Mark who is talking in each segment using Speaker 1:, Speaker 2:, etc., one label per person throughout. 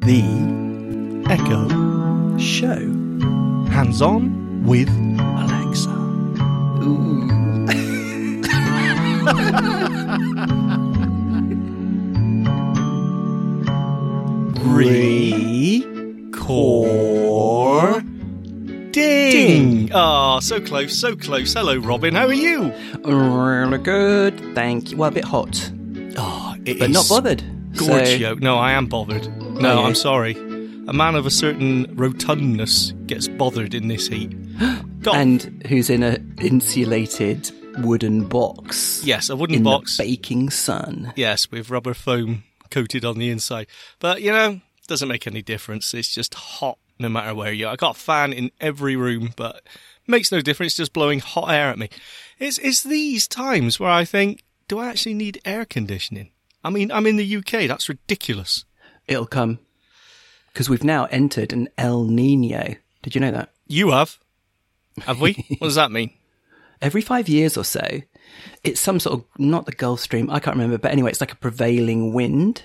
Speaker 1: The Echo Show. Hands on with Alexa. Recording.
Speaker 2: Ah, so close, so close. Hello, Robin. How are you?
Speaker 3: Really good, thank you. Well, a bit hot,
Speaker 2: Ah, it
Speaker 3: but not bothered. So-
Speaker 2: Gorgio. No, I am bothered. No,
Speaker 3: Okay.
Speaker 2: I'm sorry. A man of a certain rotundness gets bothered in this heat. God,
Speaker 3: and who's in a insulated wooden box?
Speaker 2: yes, a wooden
Speaker 3: in
Speaker 2: box.
Speaker 3: the baking sun.
Speaker 2: yes, with rubber foam coated on the inside. But you know, doesn't make any difference. It's just hot no matter where you are. I got a fan in every room, but makes no difference. Just blowing hot air at me. It's it's these times where I think, do I actually need air conditioning? I mean, I'm in the UK. That's ridiculous.
Speaker 3: It'll come because we've now entered an El Nino. Did you know that?
Speaker 2: You have, have we? what does that mean?
Speaker 3: Every five years or so, it's some sort of not the Gulf Stream. I can't remember, but anyway, it's like a prevailing wind.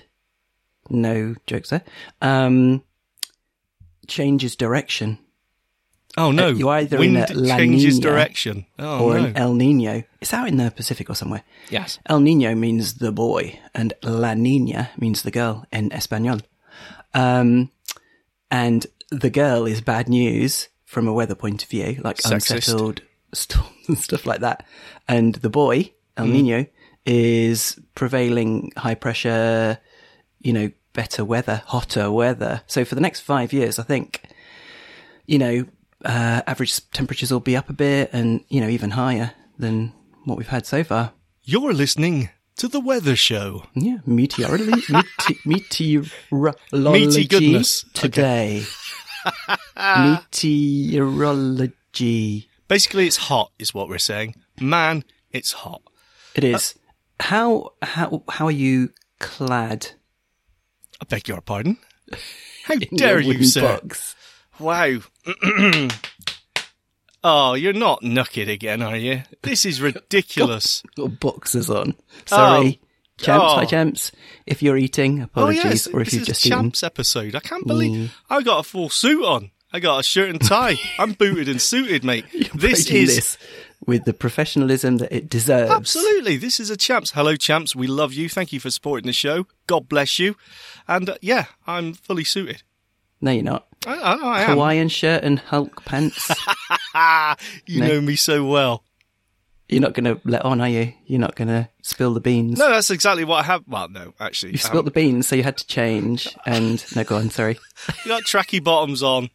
Speaker 3: No jokes there. Um, changes direction
Speaker 2: Oh no!
Speaker 3: you're either in
Speaker 2: Wind
Speaker 3: a La
Speaker 2: changes
Speaker 3: Niña
Speaker 2: direction. Oh
Speaker 3: or
Speaker 2: no!
Speaker 3: an e- El Nino. It's out in the Pacific or somewhere.
Speaker 2: yes.
Speaker 3: El Nino means the boy, and La Nina means the girl in Espanol. Um, and the girl is bad news from a weather point of view, like
Speaker 2: Sexist.
Speaker 3: unsettled storms and stuff like that. And the boy, El Nino, is prevailing high pressure, you know, better weather, hotter weather. So for the next five years, I think, you know, uh, average temperatures will be up a bit and, you know, even higher than what we've had so far.
Speaker 2: You're listening to the Weather Show.
Speaker 3: Yeah, meteorology, mete- meteorology
Speaker 2: Meaty goodness.
Speaker 3: today. meteorology.
Speaker 2: Basically, it's hot, is what we're saying. Man, it's hot.
Speaker 3: It is. how how how are you clad?
Speaker 2: I beg your pardon. How
Speaker 3: in
Speaker 2: dare
Speaker 3: your
Speaker 2: you,
Speaker 3: wooden
Speaker 2: sir?
Speaker 3: box?
Speaker 2: Wow. oh, you're not knackered again, are you? This is ridiculous.
Speaker 3: Got boxes on. Sorry, champs.
Speaker 2: Oh.
Speaker 3: Hi, champs. If you're eating, apologies,
Speaker 2: oh yes,
Speaker 3: or if
Speaker 2: this
Speaker 3: you've
Speaker 2: is
Speaker 3: just
Speaker 2: a
Speaker 3: eaten.
Speaker 2: champs episode. I can't believe I got a full suit on. I got a shirt and tie. I'm booted and suited, mate. This
Speaker 3: Approaching
Speaker 2: is
Speaker 3: this with the professionalism that it deserves.
Speaker 2: Absolutely. This is a champs. Hello, champs. We love you. Thank you for supporting the show. God bless you. And uh, yeah, I'm fully suited.
Speaker 3: No, you're not.
Speaker 2: I, I, I am.
Speaker 3: Hawaiian shirt and Hulk pants.
Speaker 2: You know me so well.
Speaker 3: you're not going to let on, are you? You're not going to spill the beans.
Speaker 2: No, that's exactly what I have. Well, no, actually.
Speaker 3: You
Speaker 2: I
Speaker 3: spilt the beans, so you had to change. And no, go on. Sorry,
Speaker 2: haven't. got tracky bottoms on.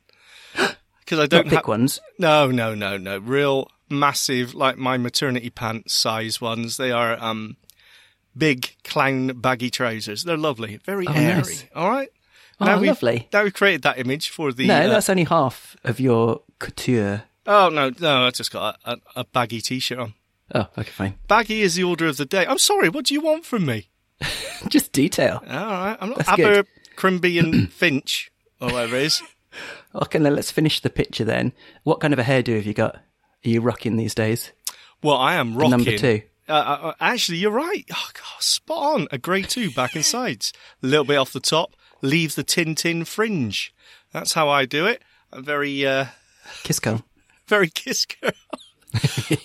Speaker 2: Because I
Speaker 3: not
Speaker 2: don't
Speaker 3: thick
Speaker 2: have.
Speaker 3: ones.
Speaker 2: No, no, no, no. Real massive, like my maternity pants size ones. They are um, big clown baggy trousers. They're lovely. Very airy.
Speaker 3: nice.
Speaker 2: All right.
Speaker 3: Oh,
Speaker 2: we've-
Speaker 3: lovely.
Speaker 2: Now we've created that image for the.
Speaker 3: No,
Speaker 2: uh,
Speaker 3: that's only half of your couture.
Speaker 2: Oh no, no! I just got a, a, a baggy t-shirt on.
Speaker 3: Oh, okay, fine.
Speaker 2: Baggy is the order of the day. I'm sorry. What do you want from me?
Speaker 3: Just detail.
Speaker 2: All right, I'm not
Speaker 3: That's good.
Speaker 2: Abercrombie and Finch or whatever it is.
Speaker 3: Okay, now let's finish the picture then. What kind of a hairdo have you got? Are you rocking these days?
Speaker 2: Well, I am rocking
Speaker 3: number two.
Speaker 2: Uh, Uh, uh, actually, you're right. Oh, God, spot on. A grey two back and sides. A little bit off the top. Leave the tin tin fringe. That's how I do it. I'm very, uh,
Speaker 3: Kiss cone.
Speaker 2: very kiss girl.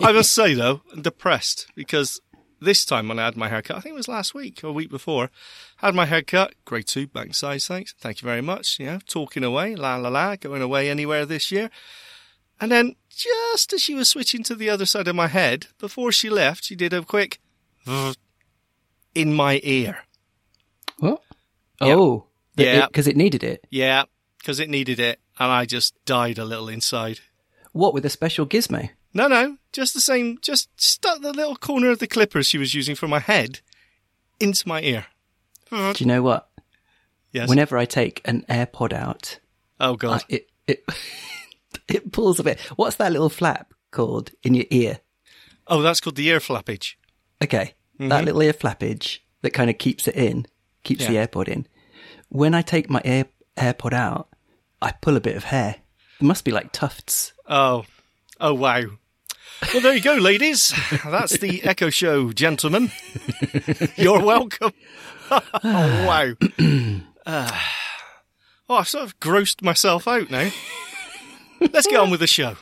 Speaker 2: I must say though, I'm depressed because this time when I had my haircut, I think it was last week or week before, had my haircut, grade two, bank size, thanks, thank you very much. You know, talking away, la la la, going away anywhere this year. And then just as she was switching to the other side of my head, before she left, she did a quick in my ear.
Speaker 3: What? Oh,
Speaker 2: Yeah.
Speaker 3: because it, needed it.
Speaker 2: Yeah, because it needed it, and I just died a little inside.
Speaker 3: What with a special gizmo?
Speaker 2: No, no, just the same. Just stuck the little corner of the clipper she was using for my head into my ear.
Speaker 3: Do you know what?
Speaker 2: Yes.
Speaker 3: Whenever I take an AirPod out,
Speaker 2: oh
Speaker 3: I,
Speaker 2: God.
Speaker 3: it it it pulls a bit. What's that little flap called in your ear?
Speaker 2: oh, that's called the ear flappage.
Speaker 3: Okay. That little ear flappage that kind of keeps it in, keeps
Speaker 2: Mm-hmm.
Speaker 3: the
Speaker 2: Yeah.
Speaker 3: AirPod in. When I take my air, AirPod out, I pull a bit of hair. It must be like tufts.
Speaker 2: Oh, oh wow. Well, there you go, ladies. That's the Echo Show, gentlemen. You're welcome. oh wow. Ah. Oh, I've sort of grossed myself out now. Let's get on with the show.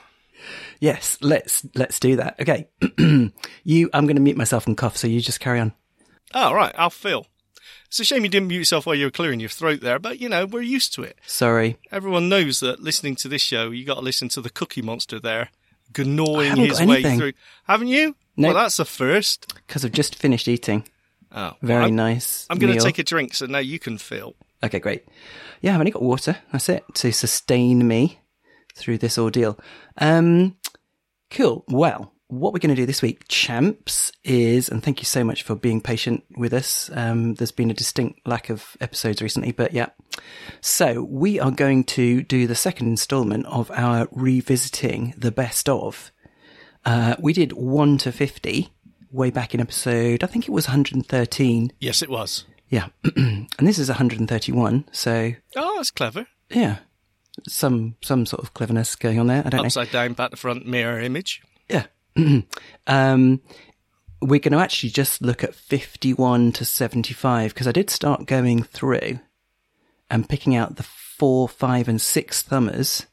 Speaker 3: Yes, let's let's do that. Okay, you. I'm going to mute myself and cough, so you just carry on.
Speaker 2: oh, right, I'll feel. It's a shame you didn't mute yourself while you were clearing your throat there, but you know, we're used to it.
Speaker 3: Sorry,
Speaker 2: Everyone knows that listening to this show, you got to listen to the cookie monster there gnawing
Speaker 3: haven't
Speaker 2: his
Speaker 3: got
Speaker 2: way
Speaker 3: anything.
Speaker 2: through. Haven't you?
Speaker 3: No.
Speaker 2: Well, that's the first.
Speaker 3: because I've just finished eating.
Speaker 2: Oh,
Speaker 3: Very
Speaker 2: I'm,
Speaker 3: nice.
Speaker 2: I'm going
Speaker 3: meal.
Speaker 2: to take a drink so now you can feel.
Speaker 3: Okay, great. Yeah, I've only got water. That's it to sustain me through this ordeal. Um, cool. Well, what we're going to do this week, champs, is and thank you so much for being patient with us. Um, there's been a distinct lack of episodes recently, but yeah. So we are going to do the second instalment of our revisiting the best of. Uh, we did one to fifty way back in episode. I think it was 113.
Speaker 2: Yes, it was.
Speaker 3: Yeah. and this is 131, so
Speaker 2: Oh, that's clever.
Speaker 3: yeah. Some some sort of cleverness going on there. I don't know.
Speaker 2: Upside down, back to front, mirror image.
Speaker 3: Yeah. um we're going to actually just look at 51 to 75 because I did start going through and picking out the 4, 5 and 6 thumbers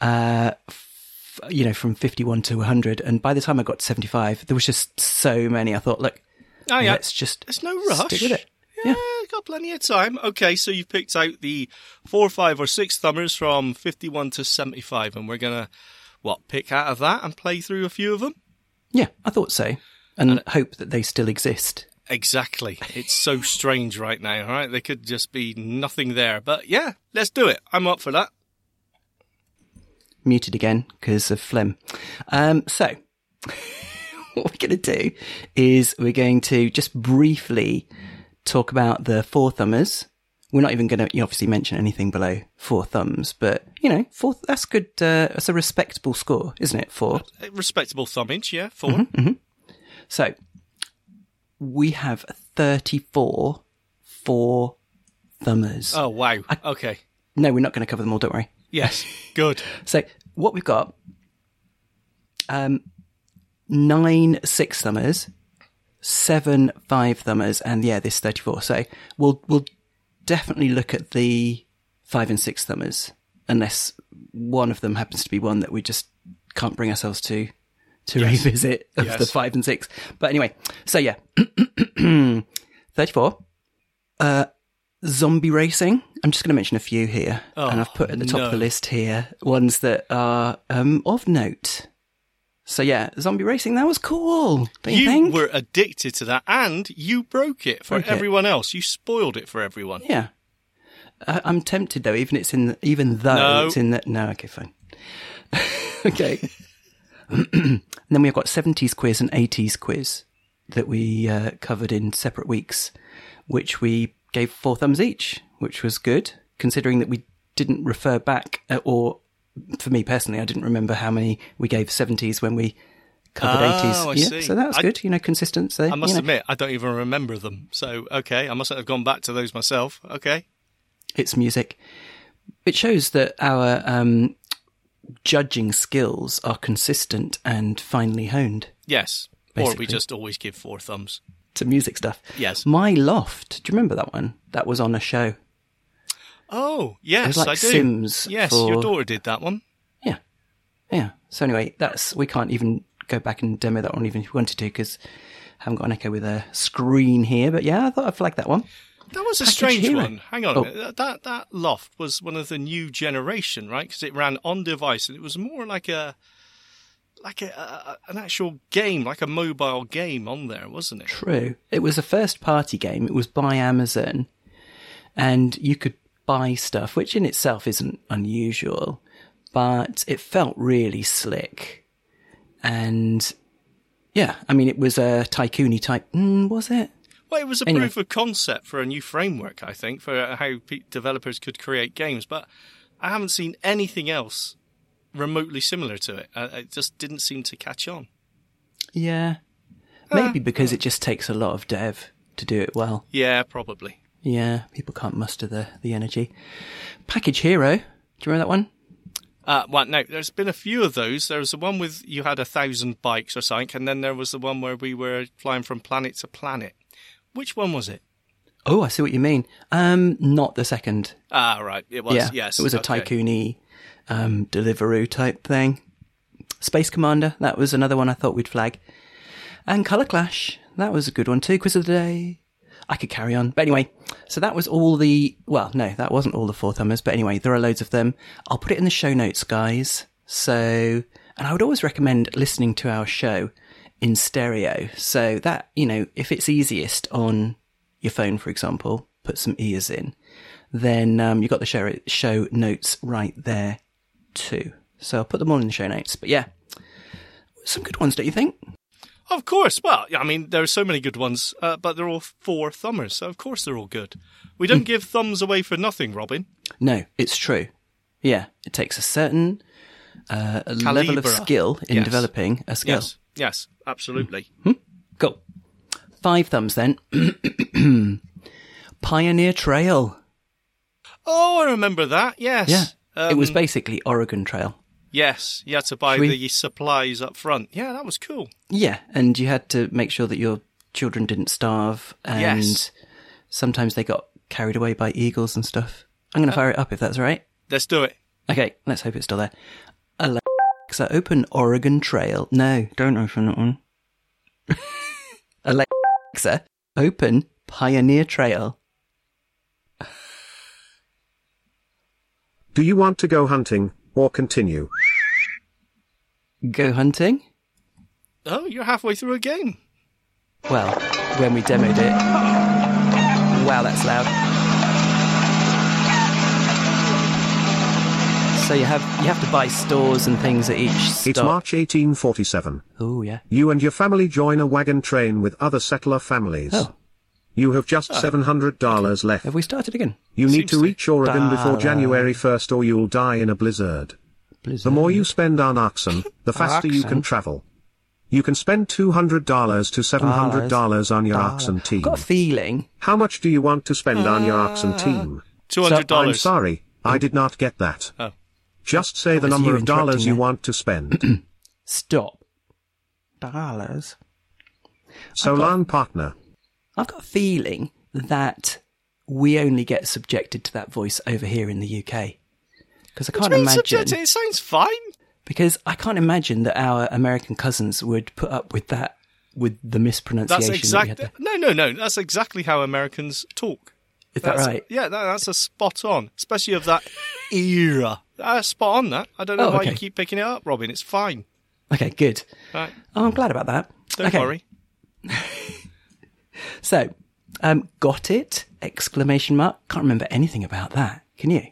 Speaker 3: uh f- you know from 51 to 100 and by the time I got to 75 there was just so many I thought look
Speaker 2: Oh, yeah.
Speaker 3: let's just
Speaker 2: There's no rush.
Speaker 3: stick with it.
Speaker 2: Yeah, got plenty of time. Okay, so you've picked out the four, five, or six thumbers from 51 to 75, and we're going to, what, pick out of that and play through a few of them?
Speaker 3: Yeah, I thought so. And, hope that they still exist.
Speaker 2: Exactly. It's so strange right now, all right? There could just be nothing there. But yeah, let's do it. I'm up for that.
Speaker 3: Muted again because of phlegm. Um, so, what we're going to do is we're going to just briefly talk about the four thumbers. We're not even going to obviously mention anything below four thumbs, but you know, four, that's good. Uh, that's a respectable score, isn't it? Four.
Speaker 2: A Respectable thumbage, yeah, 4
Speaker 3: Mm-hmm. So we have 34 four thumbers.
Speaker 2: Oh, wow. Okay.
Speaker 3: No, we're not going to cover them all. Don't worry.
Speaker 2: Yes. Good.
Speaker 3: So what we've got, um, nine six thumbers, seven five thumbers, and yeah, this thirty four. So we'll we'll definitely look at the five and six thumbers, unless one of them happens to be one that we just can't bring ourselves to to revisit of the
Speaker 2: Yes.
Speaker 3: five and six. But anyway, so yeah, thirty four. Uh, zombie racing. I'm just going to mention a few here, and I've put at the top of the
Speaker 2: no.
Speaker 3: list here ones that are um, of note. So yeah, zombie racing that was cool. Don't you,
Speaker 2: You
Speaker 3: think?
Speaker 2: were addicted to that, and you broke it for
Speaker 3: Broke it.
Speaker 2: everyone else. You spoiled it for everyone.
Speaker 3: yeah, I- I'm tempted though. Even it's in even though
Speaker 2: No.
Speaker 3: it's in that. No, okay, fine. okay. and then we've got 70s quiz and 80s quiz that we uh, covered in separate weeks, which we gave four thumbs each, which was good, considering that we didn't refer back, uh, or for me personally, I didn't remember how many we gave 70s when we covered
Speaker 2: Oh,
Speaker 3: 80s.
Speaker 2: I
Speaker 3: Yeah,
Speaker 2: see.
Speaker 3: So that was
Speaker 2: I-
Speaker 3: good, you know, consistency.
Speaker 2: I must
Speaker 3: you know.
Speaker 2: admit, I don't even remember them. So, okay, I mustn't have gone back to those myself. Okay.
Speaker 3: it's music. It shows that our um, judging skills are consistent and finely honed
Speaker 2: Yes. Or we
Speaker 3: Basically.
Speaker 2: just always give four thumbs.
Speaker 3: to music stuff.
Speaker 2: Yes.
Speaker 3: My Loft, do you remember that one? That was on a show.
Speaker 2: Oh, yes,
Speaker 3: like
Speaker 2: I do.
Speaker 3: Sims
Speaker 2: Yes,
Speaker 3: for-
Speaker 2: your daughter did that one.
Speaker 3: Yeah. Yeah. So anyway, that's we can't even go back and demo that one even if we wanted to because haven't got an echo with a screen here. But yeah, I thought I'd flag that one.
Speaker 2: That was a
Speaker 3: Package
Speaker 2: strange
Speaker 3: Hero.
Speaker 2: one. Hang on
Speaker 3: Oh.
Speaker 2: a minute. That, that that loft was one of the new generation, right? Because it ran on device and it was more like a like a, a an actual game, like a mobile game on there, wasn't it?
Speaker 3: True. It was a first party game. It was by Amazon, and you could buy stuff, which in itself isn't unusual, but it felt really slick. And yeah, I mean, it was a tycoony type. Mm, was it?
Speaker 2: Well, it was a
Speaker 3: Anyway.
Speaker 2: proof of concept for a new framework, I think, for uh, how pe- developers could create games. But I haven't seen anything else remotely similar to it. Uh, it just didn't seem to catch on.
Speaker 3: Yeah. Maybe because it just takes a lot of dev to do it well.
Speaker 2: Yeah, probably.
Speaker 3: Yeah, people can't muster the, the energy. Package Hero. Do you remember that one?
Speaker 2: Uh, well, no, there's been a few of those. There was the one with you had a thousand bikes or something, and then there was the one where we were flying from planet to planet. Which one was it?
Speaker 3: Oh, I see what you mean. Um, not the second.
Speaker 2: Ah, right. It was.
Speaker 3: yeah,
Speaker 2: Yes.
Speaker 3: it was a
Speaker 2: okay.
Speaker 3: tycoony um, Deliveroo type thing. Space Commander, that was another one I thought we'd flag, and Color Clash, that was a good one too. Quiz of the day. I could carry on, but anyway. So that was all the. Well, no, that wasn't all the four thumbers, but anyway, there are loads of them. I'll put it in the show notes, guys. So, and I would always recommend listening to our show in stereo. So that you know, if it's easiest on your phone, for example, put some ears in then um, you've got the show, show notes right there too. So I'll put them all in the show notes. But yeah, some good ones, don't you think?
Speaker 2: Of course. Well, I mean, there are so many good ones, uh, but they're all four thumbers, so of course they're all good. We
Speaker 3: Hmm.
Speaker 2: don't give thumbs away for nothing, Robin.
Speaker 3: No, it's true. Yeah, it takes a certain uh, a level of
Speaker 2: Calibre.
Speaker 3: skill in
Speaker 2: Yes.
Speaker 3: developing a skill.
Speaker 2: Yes. Yes. Absolutely.
Speaker 3: Cool. Five thumbs then. Pioneer Trail.
Speaker 2: Oh, I remember that. Yes.
Speaker 3: Yeah. it was
Speaker 2: Um,
Speaker 3: basically Oregon Trail.
Speaker 2: Yes, you had to buy
Speaker 3: Should we-
Speaker 2: the supplies up front. Yeah, that was cool.
Speaker 3: Yeah, and you had to make sure that your children didn't starve, and
Speaker 2: Yes.
Speaker 3: sometimes they got carried away by eagles and stuff. I'm going to fire it up if that's all right.
Speaker 2: Let's do it.
Speaker 3: Okay, let's hope it's still there. Alexa, open Oregon Trail. No, don't open that one. Alexa, open Pioneer Trail.
Speaker 4: Do you want to go hunting, or continue?
Speaker 3: Go hunting?
Speaker 2: Oh, you're halfway through a game.
Speaker 3: Well, when we demoed it. Wow, that's loud. So you have you have to buy stores and things at each stop.
Speaker 4: It's March 1847.
Speaker 3: Oh yeah.
Speaker 4: You and your family join a wagon train with other settler families.
Speaker 3: Oh,
Speaker 4: You have just $700 left.
Speaker 3: have we started again?
Speaker 4: You need
Speaker 2: Seems
Speaker 4: to
Speaker 2: to-
Speaker 4: reach Oregon before
Speaker 3: Dollar.
Speaker 4: January 1st or you'll die in a blizzard. The more you spend on oxen, the faster you
Speaker 3: Oxen?
Speaker 4: can travel. You can spend $200 to $700 on your oxen
Speaker 3: I've
Speaker 4: team.
Speaker 3: got a feeling.
Speaker 4: How much do you want to spend on your oxen
Speaker 3: Uh,
Speaker 4: team?
Speaker 2: Two hundred
Speaker 4: I'm
Speaker 2: dollars.
Speaker 4: sorry, I did not get that.
Speaker 2: Oh.
Speaker 4: Just say the
Speaker 3: was you
Speaker 4: number of dollars
Speaker 3: interrupting
Speaker 4: you
Speaker 3: me.
Speaker 4: want to spend.
Speaker 3: Stop. Dollars.
Speaker 4: Solan partner.
Speaker 3: I've got a feeling that we only get subjected to that voice over here in the UK. Because I can't imagine.
Speaker 2: It sounds fine.
Speaker 3: Because I can't imagine that our American cousins would put up with that, with the mispronunciation.
Speaker 2: That's
Speaker 3: that we had
Speaker 2: exactly. No,
Speaker 3: there.
Speaker 2: no, no. That's exactly how Americans talk.
Speaker 3: Is that
Speaker 2: That's-
Speaker 3: right?
Speaker 2: Yeah, that, that's a spot on, especially of that era. That's spot on. That I don't know
Speaker 3: Oh,
Speaker 2: why
Speaker 3: okay.
Speaker 2: you keep picking it up, Robin. It's fine.
Speaker 3: Okay, good.
Speaker 2: Right.
Speaker 3: Oh, I'm glad about that.
Speaker 2: Don't
Speaker 3: okay,
Speaker 2: worry.
Speaker 3: So, um, got it! Exclamation mark. Can't remember anything about that. Can you?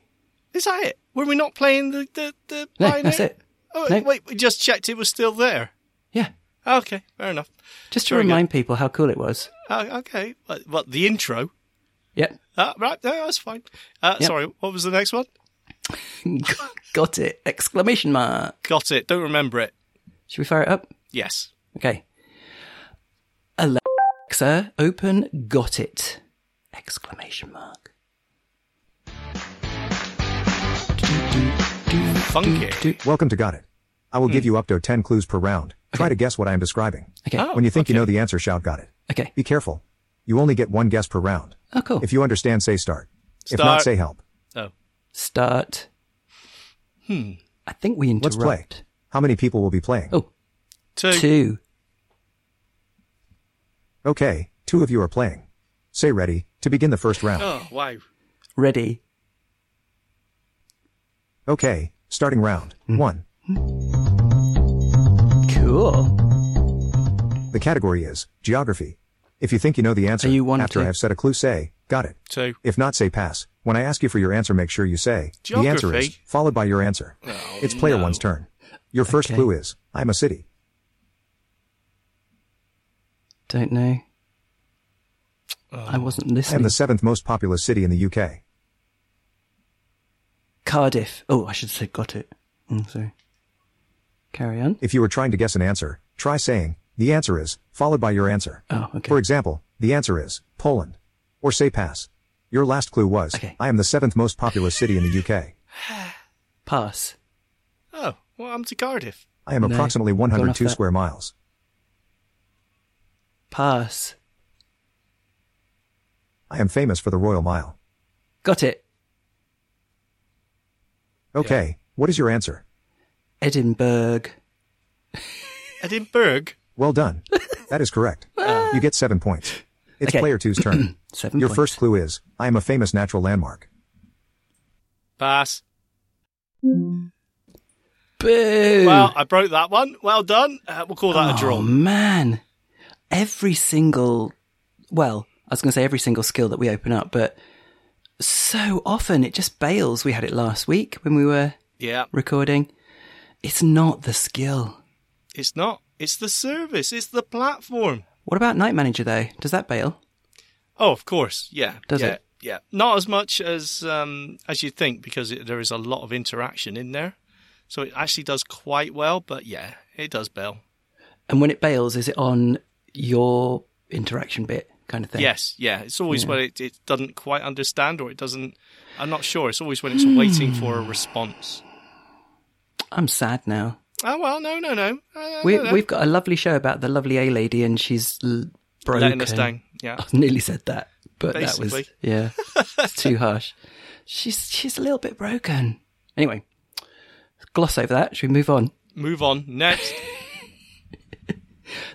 Speaker 2: Is that it? Were we not playing the the the?
Speaker 3: No,
Speaker 2: pioneer?
Speaker 3: that's it.
Speaker 2: Oh
Speaker 3: No.
Speaker 2: wait, we just checked. It was still there.
Speaker 3: Yeah.
Speaker 2: Okay, fair enough.
Speaker 3: Just to
Speaker 2: Very good.
Speaker 3: remind people how cool it was.
Speaker 2: Uh, okay, but, but the intro.
Speaker 3: Yep.
Speaker 2: Uh, right, no, that's fine. Uh,
Speaker 3: Yep.
Speaker 2: Sorry, what was the next one?
Speaker 3: got it! Exclamation mark.
Speaker 2: Got it. Don't remember it.
Speaker 3: Should we fire it up?
Speaker 2: Yes.
Speaker 3: Okay. Alexa, open got it! Exclamation mark.
Speaker 2: Funky.
Speaker 5: Welcome to Got It. I will give you up to 10 clues per round. Try to guess what I am describing.
Speaker 3: Okay.
Speaker 2: Oh.
Speaker 5: When you think you
Speaker 2: okay.
Speaker 5: know the answer, shout Got It.
Speaker 3: Okay.
Speaker 5: Be careful. You only get one guess per round.
Speaker 3: Oh, cool.
Speaker 5: If you understand, say start. If
Speaker 2: Start.
Speaker 5: not, say help.
Speaker 2: Oh.
Speaker 3: Start. Hmm. I think we interrupt.
Speaker 5: Let's play. How many people will be playing?
Speaker 3: Oh,
Speaker 2: Two.
Speaker 3: two.
Speaker 5: Okay, two of you are playing. Say ready to begin the first round.
Speaker 2: Oh, wow.
Speaker 3: Ready.
Speaker 5: Okay, starting round. One.
Speaker 3: Cool.
Speaker 5: The category is geography. If you think you know the answer,
Speaker 3: Are you one or
Speaker 5: after
Speaker 3: two?
Speaker 5: I have said a clue, say Got It.
Speaker 2: Two.
Speaker 5: If not, say pass. When I ask you for your answer, make sure you say the answer is
Speaker 2: Geography?
Speaker 5: followed by your answer. it's player one's turn. Your first
Speaker 3: Okay.
Speaker 5: clue is I'm a city.
Speaker 3: Don't know. I wasn't
Speaker 5: I am
Speaker 3: listening.
Speaker 5: the seventh most populous city in the UK.
Speaker 3: Cardiff. Oh, I should say got it. Mm, sorry. Carry on.
Speaker 5: If you were trying to guess an answer, try saying the answer is followed by your answer.
Speaker 3: Oh, okay.
Speaker 5: For example, the answer is Poland, or say pass. Your last clue was
Speaker 3: Okay.
Speaker 5: I am the seventh most populous city in the UK.
Speaker 3: Pass.
Speaker 2: Oh, well, I'm to Cardiff.
Speaker 5: I am
Speaker 3: No,
Speaker 5: approximately
Speaker 3: gone off
Speaker 5: 102
Speaker 3: that.
Speaker 5: square miles.
Speaker 3: Pass.
Speaker 5: I am famous for the Royal Mile.
Speaker 3: Got it.
Speaker 5: Okay, what is your answer?
Speaker 3: Edinburgh.
Speaker 2: Edinburgh.
Speaker 5: Well done. That is correct. You get seven points. It's
Speaker 3: Uh. Okay.
Speaker 5: player two's turn.
Speaker 3: Seven
Speaker 5: Your
Speaker 3: points.
Speaker 5: first clue is, I am a famous natural landmark.
Speaker 2: Pass.
Speaker 3: Boo.
Speaker 2: Well, I broke that one. Well done. Uh, we'll call that a
Speaker 3: Oh,
Speaker 2: draw.
Speaker 3: man. Every single, well, I was going to say every single skill that we open up, but so often it just bails. We had it last week when we were
Speaker 2: Yeah,
Speaker 3: recording. It's not the skill.
Speaker 2: it's not. It's the service. It's the platform.
Speaker 3: What about Night Manager though? Does that bail?
Speaker 2: Oh, of course. Yeah.
Speaker 3: Does
Speaker 2: yeah,
Speaker 3: it?
Speaker 2: Yeah. Not as much as um, as you'd think because it, there is a lot of interaction in there. So it actually does quite well, but yeah, it does bail.
Speaker 3: And when it bails, is it on your interaction bit kind of thing?
Speaker 2: Yes, yeah. It's always when it, it doesn't quite understand or it doesn't. I'm not sure. It's always when it's waiting for a response.
Speaker 3: I'm sad now.
Speaker 2: Oh well, no, no, no. Uh,
Speaker 3: We,
Speaker 2: no, no.
Speaker 3: We've got a lovely show about the lovely A lady, and she's l- broken. Oh.
Speaker 2: letting us down. Yeah,
Speaker 3: I nearly said that, but that was
Speaker 2: Basically.
Speaker 3: yeah, it's too harsh. She's she's a little bit broken. Anyway, gloss over that. Should we move on?
Speaker 2: move on next.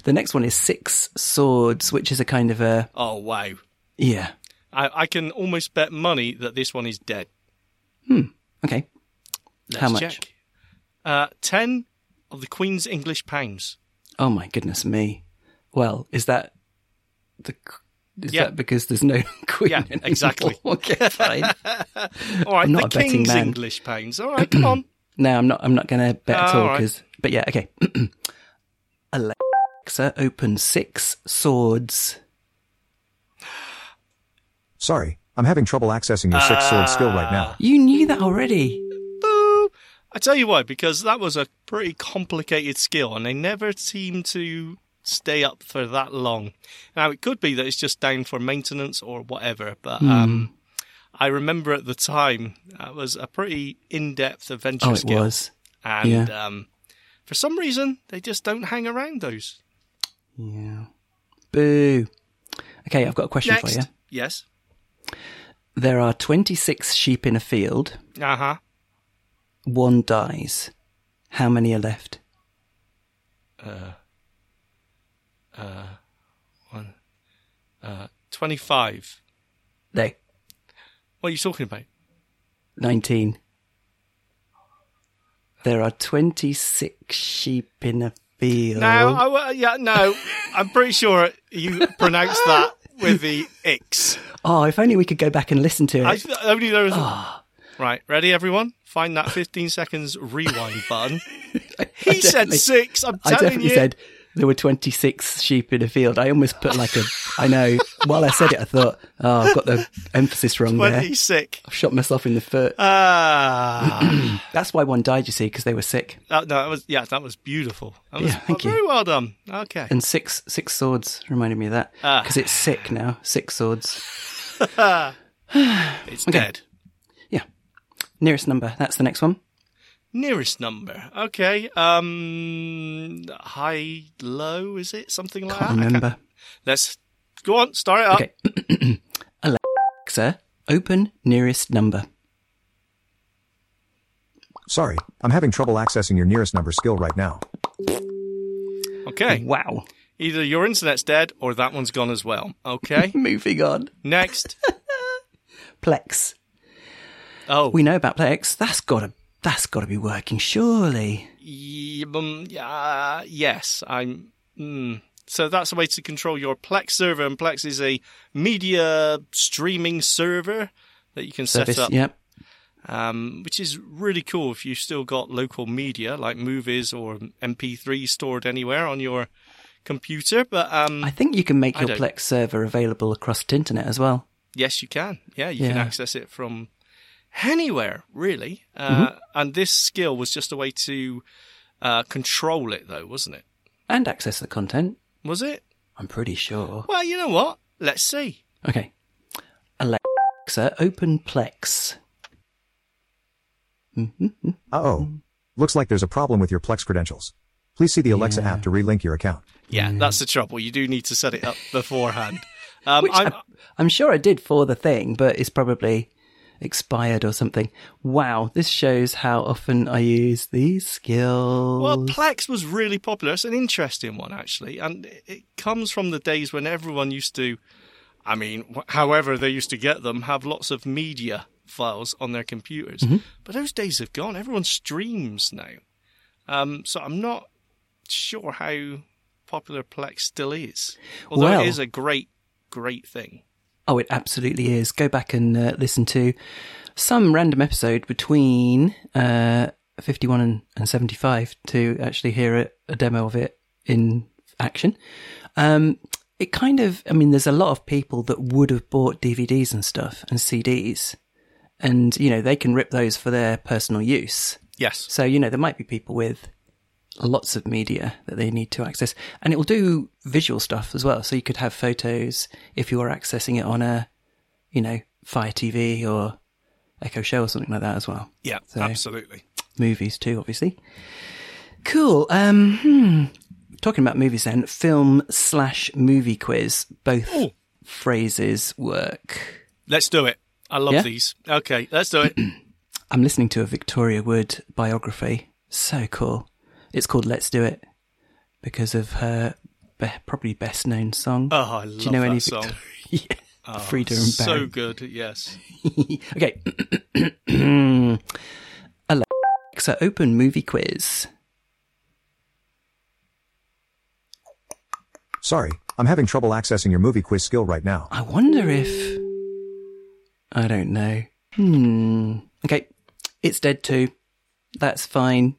Speaker 3: The next one is Six Swords, which is a kind of a
Speaker 2: Oh wow,
Speaker 3: yeah.
Speaker 2: I, I can almost bet money that this one is dead.
Speaker 3: Okay,
Speaker 2: Let's
Speaker 3: How much?
Speaker 2: Check. Uh, ten of the Queen's English pounds.
Speaker 3: Oh my goodness me. Well, is that the is
Speaker 2: Yeah.
Speaker 3: that because there's no queen?
Speaker 2: Yeah,
Speaker 3: anymore?
Speaker 2: exactly.
Speaker 3: okay, fine.
Speaker 2: All right,
Speaker 3: I'm not
Speaker 2: the
Speaker 3: a betting
Speaker 2: King's
Speaker 3: man.
Speaker 2: English pounds. All right, come on.
Speaker 3: no, I'm not. I'm not going to bet at
Speaker 2: Oh,
Speaker 3: all.
Speaker 2: all right.
Speaker 3: 'cause- but yeah, okay. Alexa, open Six Swords.
Speaker 5: Sorry, I'm having trouble accessing your six sword skill right
Speaker 2: Ah.
Speaker 5: now.
Speaker 3: You knew that already.
Speaker 2: I tell you why, because that was a pretty complicated skill, and they never seem to stay up for that long. Now it could be that it's just down for maintenance or whatever, but
Speaker 3: Hmm.
Speaker 2: um, I remember at the time that was a pretty in-depth adventure
Speaker 3: Oh, it
Speaker 2: skill,
Speaker 3: was.
Speaker 2: and um, for some reason they just don't hang around those.
Speaker 3: Yeah. Boo. Okay, I've got a question
Speaker 2: Next,
Speaker 3: for you.
Speaker 2: yes,
Speaker 3: There are 26 sheep in a field.
Speaker 2: uh huh.
Speaker 3: One dies. How many are left?
Speaker 2: Twenty-five.
Speaker 3: No,
Speaker 2: What are you talking about?
Speaker 3: 19. There are 26 sheep in a field.
Speaker 2: No, I, wa- yeah, no. I'm pretty sure you pronounced that with the ix.
Speaker 3: oh, if only we could go back and listen to it.
Speaker 2: I th- only there is.
Speaker 3: Ah.
Speaker 2: Right, ready, everyone? Find that 15 seconds rewind button.
Speaker 3: I
Speaker 2: He said
Speaker 3: definitely-
Speaker 2: six. I'm
Speaker 3: I
Speaker 2: telling
Speaker 3: definitely
Speaker 2: you.
Speaker 3: said there were 26 sheep in a field. I almost put like a. I know. While I said it, I thought, oh, I've got the emphasis wrong there.
Speaker 2: 26.
Speaker 3: I've shot myself in the foot.
Speaker 2: Ah,
Speaker 3: That's why one died, you see, because they were sick.
Speaker 2: that, no, that was yeah, that was beautiful. That was
Speaker 3: Yeah, thank
Speaker 2: very well done. Okay,
Speaker 3: And six six swords reminded me of that
Speaker 2: Ah.
Speaker 3: because it's sick now. Six swords.
Speaker 2: it's
Speaker 3: okay.
Speaker 2: dead.
Speaker 3: Yeah, nearest number. That's the next one.
Speaker 2: Nearest number. Okay. Um, high, low, is it something like that? I can't-
Speaker 3: Remember,
Speaker 2: Let's go on. Start it up.
Speaker 3: Okay. Alexa, open nearest number.
Speaker 5: Sorry, I'm having trouble accessing your nearest number skill right now.
Speaker 2: Okay.
Speaker 3: Wow.
Speaker 2: Either your internet's dead or that one's gone as well. Okay.
Speaker 3: Moving on.
Speaker 2: Next.
Speaker 3: Plex.
Speaker 2: Oh,
Speaker 3: We know about Plex. That's gotta that's gotta be working surely.
Speaker 2: Ye- um, uh, yes, I'm. Mm. So that's a way to control your Plex server, and Plex is a media streaming server that you can
Speaker 3: Service.
Speaker 2: set up,
Speaker 3: Yep.
Speaker 2: um, which is really cool if you've still got local media like movies or MP3 stored anywhere on your computer. But um,
Speaker 3: I think you can make
Speaker 2: I
Speaker 3: your
Speaker 2: don't-
Speaker 3: Plex server available across the internet as well.
Speaker 2: Yes, you can. Yeah, you can
Speaker 3: Yeah.
Speaker 2: access it from anywhere, really. Uh,
Speaker 3: Mm-hmm.
Speaker 2: And this skill was just a way to uh, control it, though, wasn't it?
Speaker 3: And access the content.
Speaker 2: Was it?
Speaker 3: I'm pretty sure.
Speaker 2: Well, you know what? Let's see.
Speaker 3: Okay. Alexa, open Plex.
Speaker 5: Uh oh. Looks like there's a problem with your Plex credentials. Please see the Alexa app to relink your account.
Speaker 2: Yeah, that's the trouble. You do need to set it up beforehand. Um,
Speaker 3: Which
Speaker 2: I'm,
Speaker 3: I'm, I'm sure I did for the thing, but it's probably expired or something. Wow, this shows how often I use these skills.
Speaker 2: well, Plex was really popular. It's an interesting one, actually. And it- it comes from the days when everyone used to, I mean, wh- however they used to get them, have lots of media files on their computers.
Speaker 3: Mm-hmm.
Speaker 2: But those days have gone. Everyone streams now. Um, so I'm not sure how popular Plex still is. Although
Speaker 3: Well-
Speaker 2: it is a great, great thing.
Speaker 3: Oh, it absolutely is. Go back and uh, listen to some random episode between uh, 51 and, and 75 to actually hear a, a demo of it in action. Um, it kind of, I mean, there's a lot of people that would have bought DVDs and stuff and CDs, and, you know, they can rip those for their personal use.
Speaker 2: Yes.
Speaker 3: So, you know, there might be people with lots of media that they need to access. And it will do visual stuff as well. So you could have photos if you were accessing it on a, you know, Fire TV or Echo Show or something like that as well.
Speaker 2: Yeah,
Speaker 3: So-
Speaker 2: absolutely.
Speaker 3: Movies too, obviously. Cool. Um, hmm. Talking about movies then, film slash movie quiz. Both
Speaker 2: Ooh.
Speaker 3: phrases work.
Speaker 2: Let's do it. I love
Speaker 3: Yeah?
Speaker 2: these. Okay, let's do it.
Speaker 3: I'm listening to a Victoria Wood biography. So cool. It's called Let's Do It because of her be- probably best known song.
Speaker 2: Oh, I love
Speaker 3: Do you know
Speaker 2: that
Speaker 3: any
Speaker 2: song. Oh,
Speaker 3: Victoria? Frida and
Speaker 2: So
Speaker 3: Barry.
Speaker 2: good, yes.
Speaker 3: okay. Alexa, open movie quiz.
Speaker 5: Sorry, I'm having trouble accessing your movie quiz skill right now.
Speaker 3: I wonder if. I don't know. Hmm. Okay. It's Dead too. That's fine.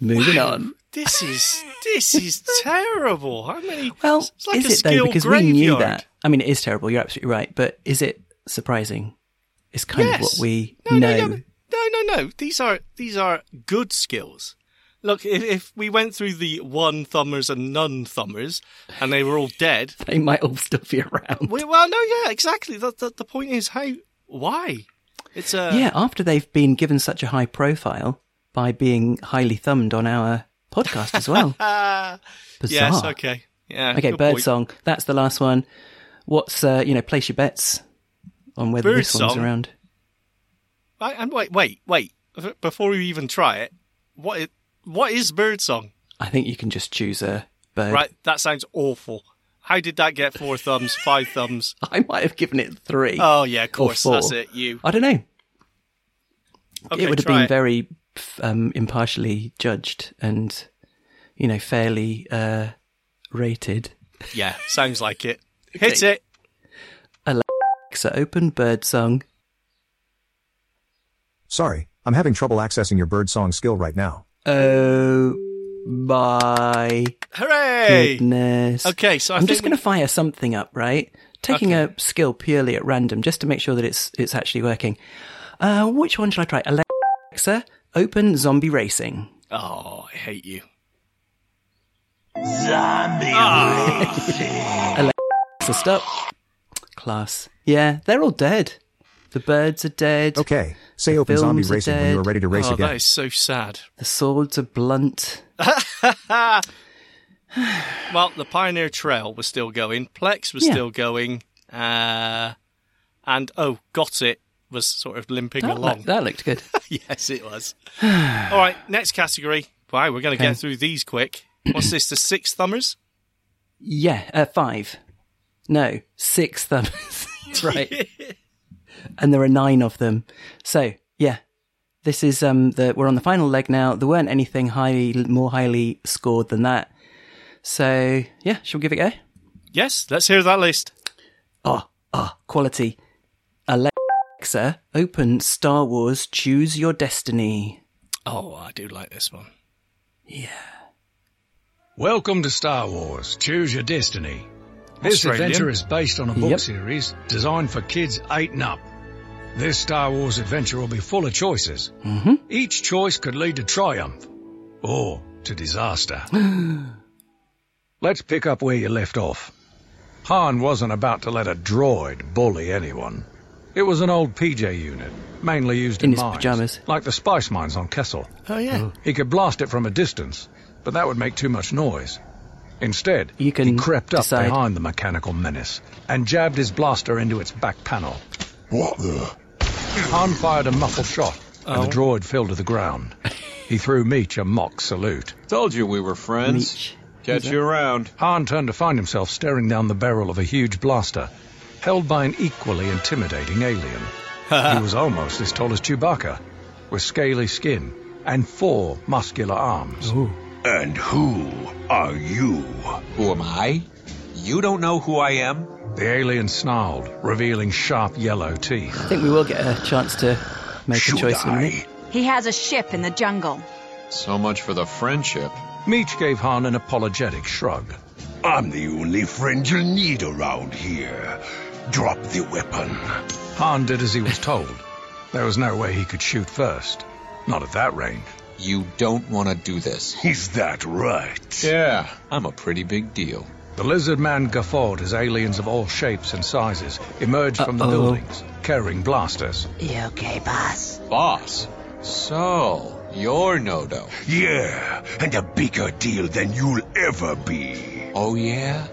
Speaker 3: Moving on.
Speaker 2: This is this is terrible. How many?
Speaker 3: Well,
Speaker 2: it's like a
Speaker 3: is it though?
Speaker 2: skill
Speaker 3: Because
Speaker 2: graveyard.
Speaker 3: we knew that. I mean, it is terrible. You're absolutely right. But is it surprising? It's kind
Speaker 2: Yes.
Speaker 3: of what we
Speaker 2: No,
Speaker 3: know.
Speaker 2: no, no, no, no, no. These are these are good skills. Look, if, if we went through the one thumbers and none thumbers, and they were all dead.
Speaker 3: They might all still be around.
Speaker 2: We, well, no, yeah, exactly. The, the, the point is how, why? It's uh, a
Speaker 3: yeah, after they've been given such a high profile by being highly thumbed on our podcast as well.
Speaker 2: Ah,
Speaker 3: Bizarre.
Speaker 2: yes, okay, yeah,
Speaker 3: Okay,
Speaker 2: good
Speaker 3: bird
Speaker 2: point.
Speaker 3: song. That's the last one. What's uh, you know? Place your bets on whether this one's
Speaker 2: Birdsong?
Speaker 3: around.
Speaker 2: I, and wait, wait, wait. Before we even try it, what is, what is bird song?
Speaker 3: I think you can just choose a bird.
Speaker 2: Right, that sounds awful. How did that get four thumbs, five thumbs?
Speaker 3: I might have given it three.
Speaker 2: Oh yeah, of
Speaker 3: or
Speaker 2: course, that's
Speaker 3: four.
Speaker 2: it. You.
Speaker 3: I don't know.
Speaker 2: Okay,
Speaker 3: it would have
Speaker 2: try
Speaker 3: been
Speaker 2: it.
Speaker 3: very um, impartially judged and you know fairly uh, rated.
Speaker 2: Yeah, sounds like it. Hit it.
Speaker 3: So open bird song.
Speaker 5: Sorry, I'm having trouble accessing your bird song skill right now.
Speaker 3: Oh my
Speaker 2: Hooray!
Speaker 3: goodness!
Speaker 2: Okay, so I
Speaker 3: I'm
Speaker 2: think
Speaker 3: just
Speaker 2: we-
Speaker 3: going to fire something up, right? Taking a skill purely at random, just to make sure that it's it's actually working. Uh, which one should I try? Alexa, open zombie racing.
Speaker 2: Oh, I hate you.
Speaker 3: So stop. Class. Yeah, they're all dead. The birds are dead.
Speaker 5: Okay, say open zombie
Speaker 3: films are
Speaker 5: racing when you are
Speaker 3: dead.
Speaker 5: ready to race
Speaker 2: oh, that
Speaker 5: again.
Speaker 2: is so sad.
Speaker 3: The swords are blunt.
Speaker 2: Well, the Pioneer Trail was still going. Plex was
Speaker 3: Yeah.
Speaker 2: still going. Uh, and oh, got it was sort of limping
Speaker 3: That,
Speaker 2: along.
Speaker 3: looked- that looked good.
Speaker 2: yes, it was. All right, next category. Wow, we're going to
Speaker 3: Okay.
Speaker 2: get through these quick. What's this? The six thumbers?
Speaker 3: yeah, uh, five. No, six thumbs. right. and there are nine of them. So, yeah. This is um the we're on the final leg now. There weren't anything highly more highly scored than that. So, yeah, shall we give it a go?
Speaker 2: Yes, let's hear that list.
Speaker 3: Oh, oh, quality. Alexa, open Star Wars Choose Your Destiny.
Speaker 2: Oh, I do like this one.
Speaker 6: Welcome to Star Wars Choose Your Destiny. This
Speaker 2: Australian.
Speaker 6: adventure is based on a book
Speaker 3: Yep.
Speaker 6: series designed for kids 8 and up. This Star Wars adventure will be full of choices.
Speaker 3: Mm-hmm.
Speaker 6: Each choice could lead to triumph or to disaster. Let's pick up where you left off. Han wasn't about to let a droid bully anyone. It was an old PJ unit, mainly used
Speaker 3: In
Speaker 6: in,
Speaker 3: his
Speaker 6: mines,
Speaker 3: pyjamas.
Speaker 6: like the spice mines on Kessel.
Speaker 2: Oh yeah.
Speaker 6: He could blast it from a distance, but that would make too much noise. Instead,
Speaker 3: You can
Speaker 6: he crept up
Speaker 3: decide.
Speaker 6: behind the mechanical menace and jabbed his blaster into its back panel.
Speaker 7: What the?
Speaker 6: Hahn fired a muffled shot, and
Speaker 3: Oh.
Speaker 6: the droid fell to the ground. He threw Meech a mock salute.
Speaker 8: Told you we were friends.
Speaker 3: Meech.
Speaker 8: Catch you around.
Speaker 6: Hahn turned to find himself staring down the barrel of a huge blaster, held by an equally intimidating alien. he was almost as tall as Chewbacca, with scaly skin and four muscular arms.
Speaker 7: And who are you?
Speaker 8: Who am I? You don't know who I am?
Speaker 6: The alien snarled, revealing sharp yellow teeth.
Speaker 3: I think we will get a chance to make a choice in a minute.
Speaker 9: He has a ship in the jungle.
Speaker 8: So much for the friendship.
Speaker 6: Meech gave Hahn an apologetic shrug.
Speaker 7: I'm the only friend you'll need around here. Drop the weapon.
Speaker 6: Hahn did as he was told. There was no way he could shoot first. Not at that range.
Speaker 8: You don't want to do this.
Speaker 7: Is that right?
Speaker 8: Yeah, I'm a pretty big deal.
Speaker 6: The lizard man guffawed as aliens of all shapes and sizes emerged from the
Speaker 3: Uh-oh.
Speaker 6: buildings, carrying blasters.
Speaker 9: You okay, boss?
Speaker 8: Boss. So, you're Nodo.
Speaker 7: Yeah, and a bigger deal than you'll ever be.
Speaker 8: Oh, yeah?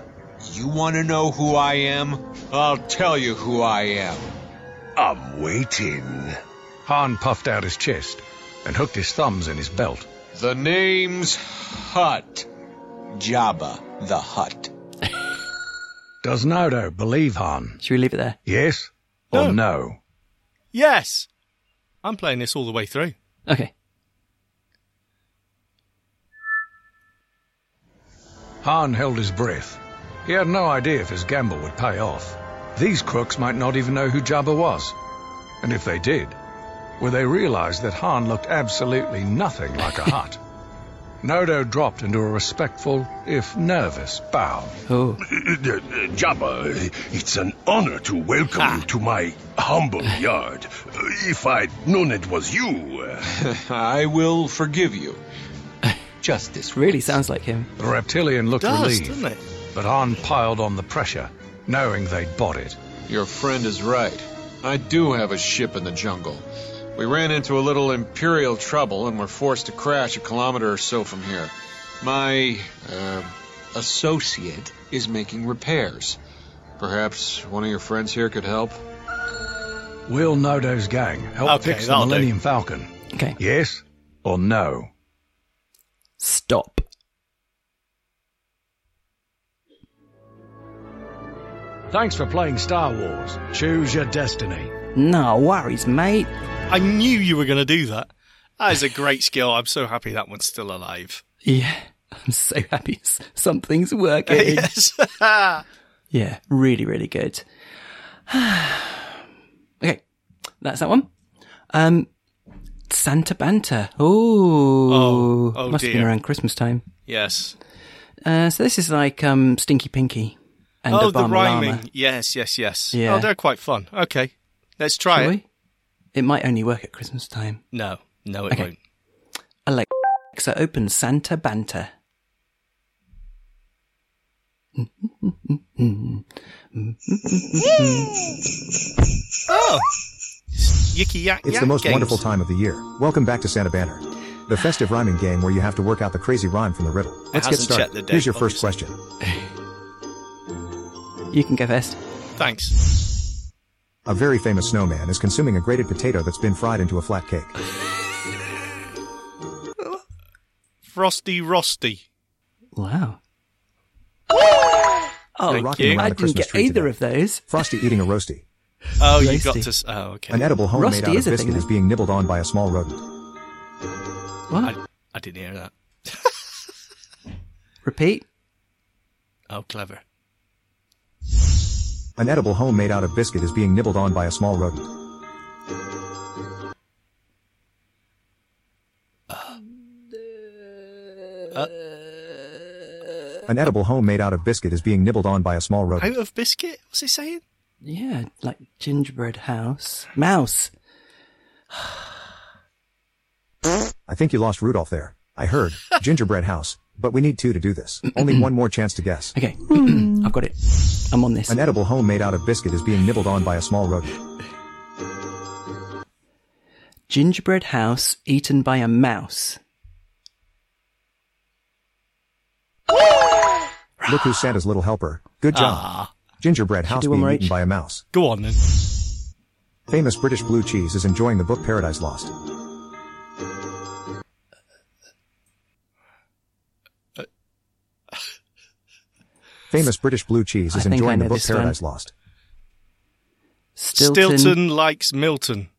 Speaker 8: You want to know who I am? I'll tell you who I am.
Speaker 7: I'm waiting.
Speaker 6: Hahn puffed out his chest and hooked his thumbs in his belt.
Speaker 8: The name's Hut. Jabba the Hut.
Speaker 6: Does Nodo believe Hahn?
Speaker 3: Should we leave it there?
Speaker 6: Yes
Speaker 2: No.
Speaker 6: or no?
Speaker 2: Yes! I'm playing this all the way through.
Speaker 3: Okay.
Speaker 6: Hahn held his breath. He had no idea if his gamble would pay off. These crooks might not even know who Jabba was. And if they did, would they realize that Hahn looked absolutely nothing like a hut? Nodo dropped into a respectful, if nervous, bow.
Speaker 3: Oh,
Speaker 7: Jabba, it's an honor to welcome you
Speaker 6: Ah.
Speaker 7: to my humble yard. If I'd known it was you. uh,
Speaker 8: I will forgive you. Just this
Speaker 3: really sounds like him.
Speaker 6: The reptilian looked
Speaker 2: Does,
Speaker 6: relieved,
Speaker 2: doesn't it?
Speaker 6: but Hahn piled on the pressure, knowing they'd bought it.
Speaker 8: Your friend is right. I do have a ship in the jungle. We ran into a little imperial trouble and were forced to crash a kilometer or so from here. My uh, associate is making repairs. Perhaps one of your friends here could help.
Speaker 6: Will Nodo's gang help
Speaker 2: Okay,
Speaker 6: fix the
Speaker 2: that'll do.
Speaker 6: Millennium Falcon?
Speaker 3: Okay.
Speaker 6: Yes or no?
Speaker 3: Stop.
Speaker 6: Thanks for playing Star Wars. Choose your destiny.
Speaker 3: No worries, mate.
Speaker 2: I knew you were going to do that. That is a great skill. I'm so happy that one's still alive.
Speaker 3: Yeah. I'm so happy s- something's working.
Speaker 2: Yes.
Speaker 3: Yeah, really, really good. okay, that's that one. Um, Santa Banta. Ooh,
Speaker 2: Oh, oh
Speaker 3: must have been
Speaker 2: dear.
Speaker 3: around Christmas time.
Speaker 2: yes.
Speaker 3: Uh, so this is like um, Stinky Pinky and
Speaker 2: oh, the
Speaker 3: Obama
Speaker 2: rhyming.
Speaker 3: Llama.
Speaker 2: Yes, yes, yes.
Speaker 3: Yeah.
Speaker 2: Oh, they're quite fun. Okay. Let's try
Speaker 3: Shall
Speaker 2: it.
Speaker 3: we? It might only work at Christmas time.
Speaker 2: No. No, it
Speaker 3: Okay.
Speaker 2: won't.
Speaker 3: Alexa, open Santa Banta.
Speaker 2: Oh! Yicky yak
Speaker 5: It's
Speaker 2: yak
Speaker 5: the most
Speaker 2: games.
Speaker 5: wonderful time of the year. Welcome back to Santa Banner, the festive rhyming game where you have to work out the crazy rhyme from the riddle. Let's get
Speaker 2: hasn't checked
Speaker 5: started.
Speaker 2: the date,
Speaker 5: Here's your first question.
Speaker 3: You can go first.
Speaker 2: Thanks.
Speaker 5: A very famous snowman is consuming a grated potato that's been fried into a flat cake.
Speaker 2: Frosty Rosty.
Speaker 3: Wow. Oh,
Speaker 2: Thank
Speaker 5: Rocking
Speaker 2: you.
Speaker 5: around
Speaker 3: I
Speaker 5: the
Speaker 3: didn't
Speaker 5: Christmas
Speaker 3: get
Speaker 5: tree
Speaker 3: either
Speaker 5: today.
Speaker 3: of those.
Speaker 5: Frosty eating a roasty.
Speaker 2: Oh, you
Speaker 3: Roasty.
Speaker 2: got to. s- Oh, okay.
Speaker 5: An edible home
Speaker 3: Roasty
Speaker 5: made out
Speaker 3: is
Speaker 5: of
Speaker 3: a thing,
Speaker 5: biscuit is
Speaker 3: though.
Speaker 5: being nibbled on by a small rodent.
Speaker 3: What?
Speaker 2: I, I didn't hear that.
Speaker 3: Repeat.
Speaker 2: Oh, clever.
Speaker 5: An edible home made out of biscuit is being nibbled on by a small rodent. An edible home made out of biscuit is being nibbled on by a small rodent.
Speaker 2: Out of biscuit? What's he saying?
Speaker 3: Yeah, like gingerbread house. Mouse.
Speaker 5: I think you lost Rudolph there. I heard gingerbread house, but we need two to do this. Only one more chance to guess.
Speaker 3: Okay, I've got it. I'm on this.
Speaker 5: An edible home made out of biscuit is being nibbled on by a small rodent.
Speaker 3: Gingerbread house eaten by a mouse.
Speaker 5: Look who's Santa's little helper. Good job.
Speaker 2: Ah.
Speaker 5: Gingerbread house
Speaker 3: do one
Speaker 5: being
Speaker 3: more
Speaker 5: eaten
Speaker 3: each.
Speaker 5: by a mouse.
Speaker 2: Go on then.
Speaker 5: Famous British blue cheese is enjoying the book Paradise Lost. Famous British blue cheese
Speaker 3: I
Speaker 5: is
Speaker 3: think I
Speaker 5: enjoying the
Speaker 3: know
Speaker 5: book
Speaker 3: this one.
Speaker 5: Paradise Lost.
Speaker 2: Stilton.
Speaker 3: Stilton.
Speaker 2: likes Milton.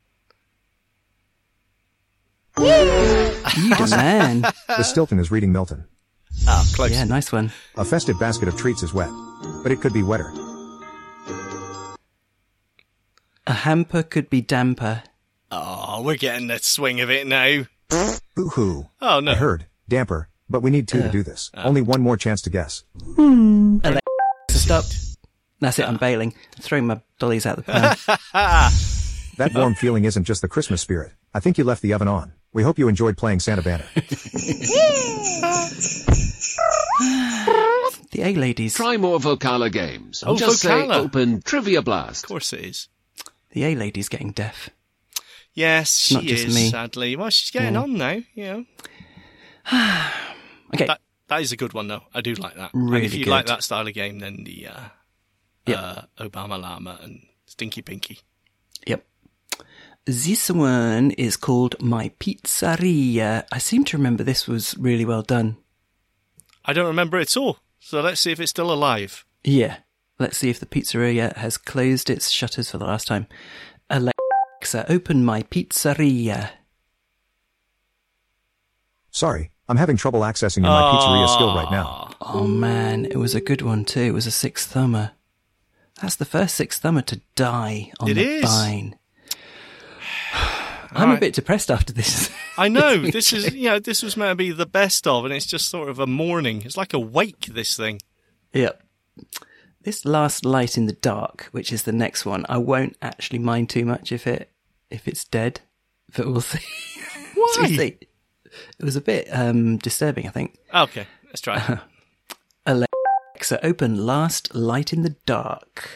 Speaker 3: You the man.
Speaker 5: The Stilton is reading Milton.
Speaker 2: Ah, close.
Speaker 3: Yeah, nice one.
Speaker 5: A festive basket of treats is wet. But it could be wetter.
Speaker 3: A hamper could be damper.
Speaker 2: Oh, we're getting the swing of it now.
Speaker 5: Boo hoo.
Speaker 2: Oh
Speaker 5: I
Speaker 2: no. Uh,
Speaker 5: heard. Damper. But we need two to do this. Only one more chance to guess.
Speaker 3: So stop. That's it. I'm bailing. Throwing my dollies out the pan.
Speaker 5: That warm feeling isn't just the Christmas spirit. I think you left the oven on. We hope you enjoyed playing Santa Banner.
Speaker 3: the A ladies.
Speaker 10: Try more Vocala games.
Speaker 2: Oh,
Speaker 10: Just
Speaker 2: Vocala.
Speaker 10: say open Trivia
Speaker 2: Of
Speaker 10: Blast.
Speaker 2: course it is.
Speaker 3: The A ladies getting deaf.
Speaker 2: Yes, she
Speaker 3: Not just
Speaker 2: is.
Speaker 3: me.
Speaker 2: Sadly, well, she's getting on now. You know
Speaker 3: Okay.
Speaker 2: that that is a good one though. I do like that. and
Speaker 3: Really
Speaker 2: if you
Speaker 3: good.
Speaker 2: like that style of game, then the uh,
Speaker 3: Yep.
Speaker 2: uh, Obama Llama and Stinky Pinky.
Speaker 3: Yep. This one is called My Pizzeria. I seem to remember this was really well done.
Speaker 2: I don't remember it all. So let's see if it's still alive.
Speaker 3: Yeah. Let's see if the pizzeria has closed its shutters for the last time. Alexa, open my pizzeria.
Speaker 5: Sorry, I'm having trouble accessing your my pizzeria skill right
Speaker 2: Ah.
Speaker 5: now.
Speaker 3: Oh man, it was a good one too. It was a six thumber. That's the first six thumber to die on
Speaker 2: It
Speaker 3: the
Speaker 2: is.
Speaker 3: vine. I'm a
Speaker 2: Alright.
Speaker 3: bit depressed after this.
Speaker 2: I know this is you know this was meant to be the best of, and it's just sort of a mourning. It's like a wake. This thing.
Speaker 3: Yep. This last light in the dark, which is the next one, I won't actually mind too much if it if it's dead, but we'll see. So we'll see. It was a bit um, disturbing, I think.
Speaker 2: Okay, let's try. it.
Speaker 3: So open last light in the dark.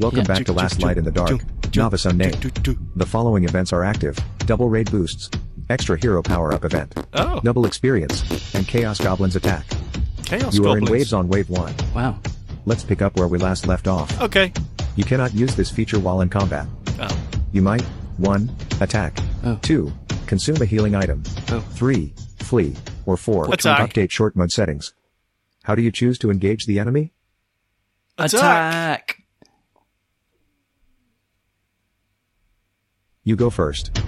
Speaker 5: Welcome back to Last Light in the Dark. Novice unnamed. The following events are active. Double raid boosts. Extra hero power up event.
Speaker 2: Oh,
Speaker 5: Double experience. And Chaos Goblins attack.
Speaker 2: chaos
Speaker 5: You are in
Speaker 2: goblins.
Speaker 5: waves on wave 1.
Speaker 3: Wow.
Speaker 5: Let's pick up where we last left off.
Speaker 2: Okay.
Speaker 5: You cannot use this feature while in combat.
Speaker 2: Oh.
Speaker 5: You might 1. Attack.
Speaker 3: Oh.
Speaker 5: 2. Consume a healing item.
Speaker 3: Oh.
Speaker 5: 3. Flee. Or 4.
Speaker 2: Attack.
Speaker 5: Update short mode settings. How do you choose to engage the enemy?
Speaker 2: Attack!
Speaker 3: Attack!
Speaker 5: You go first.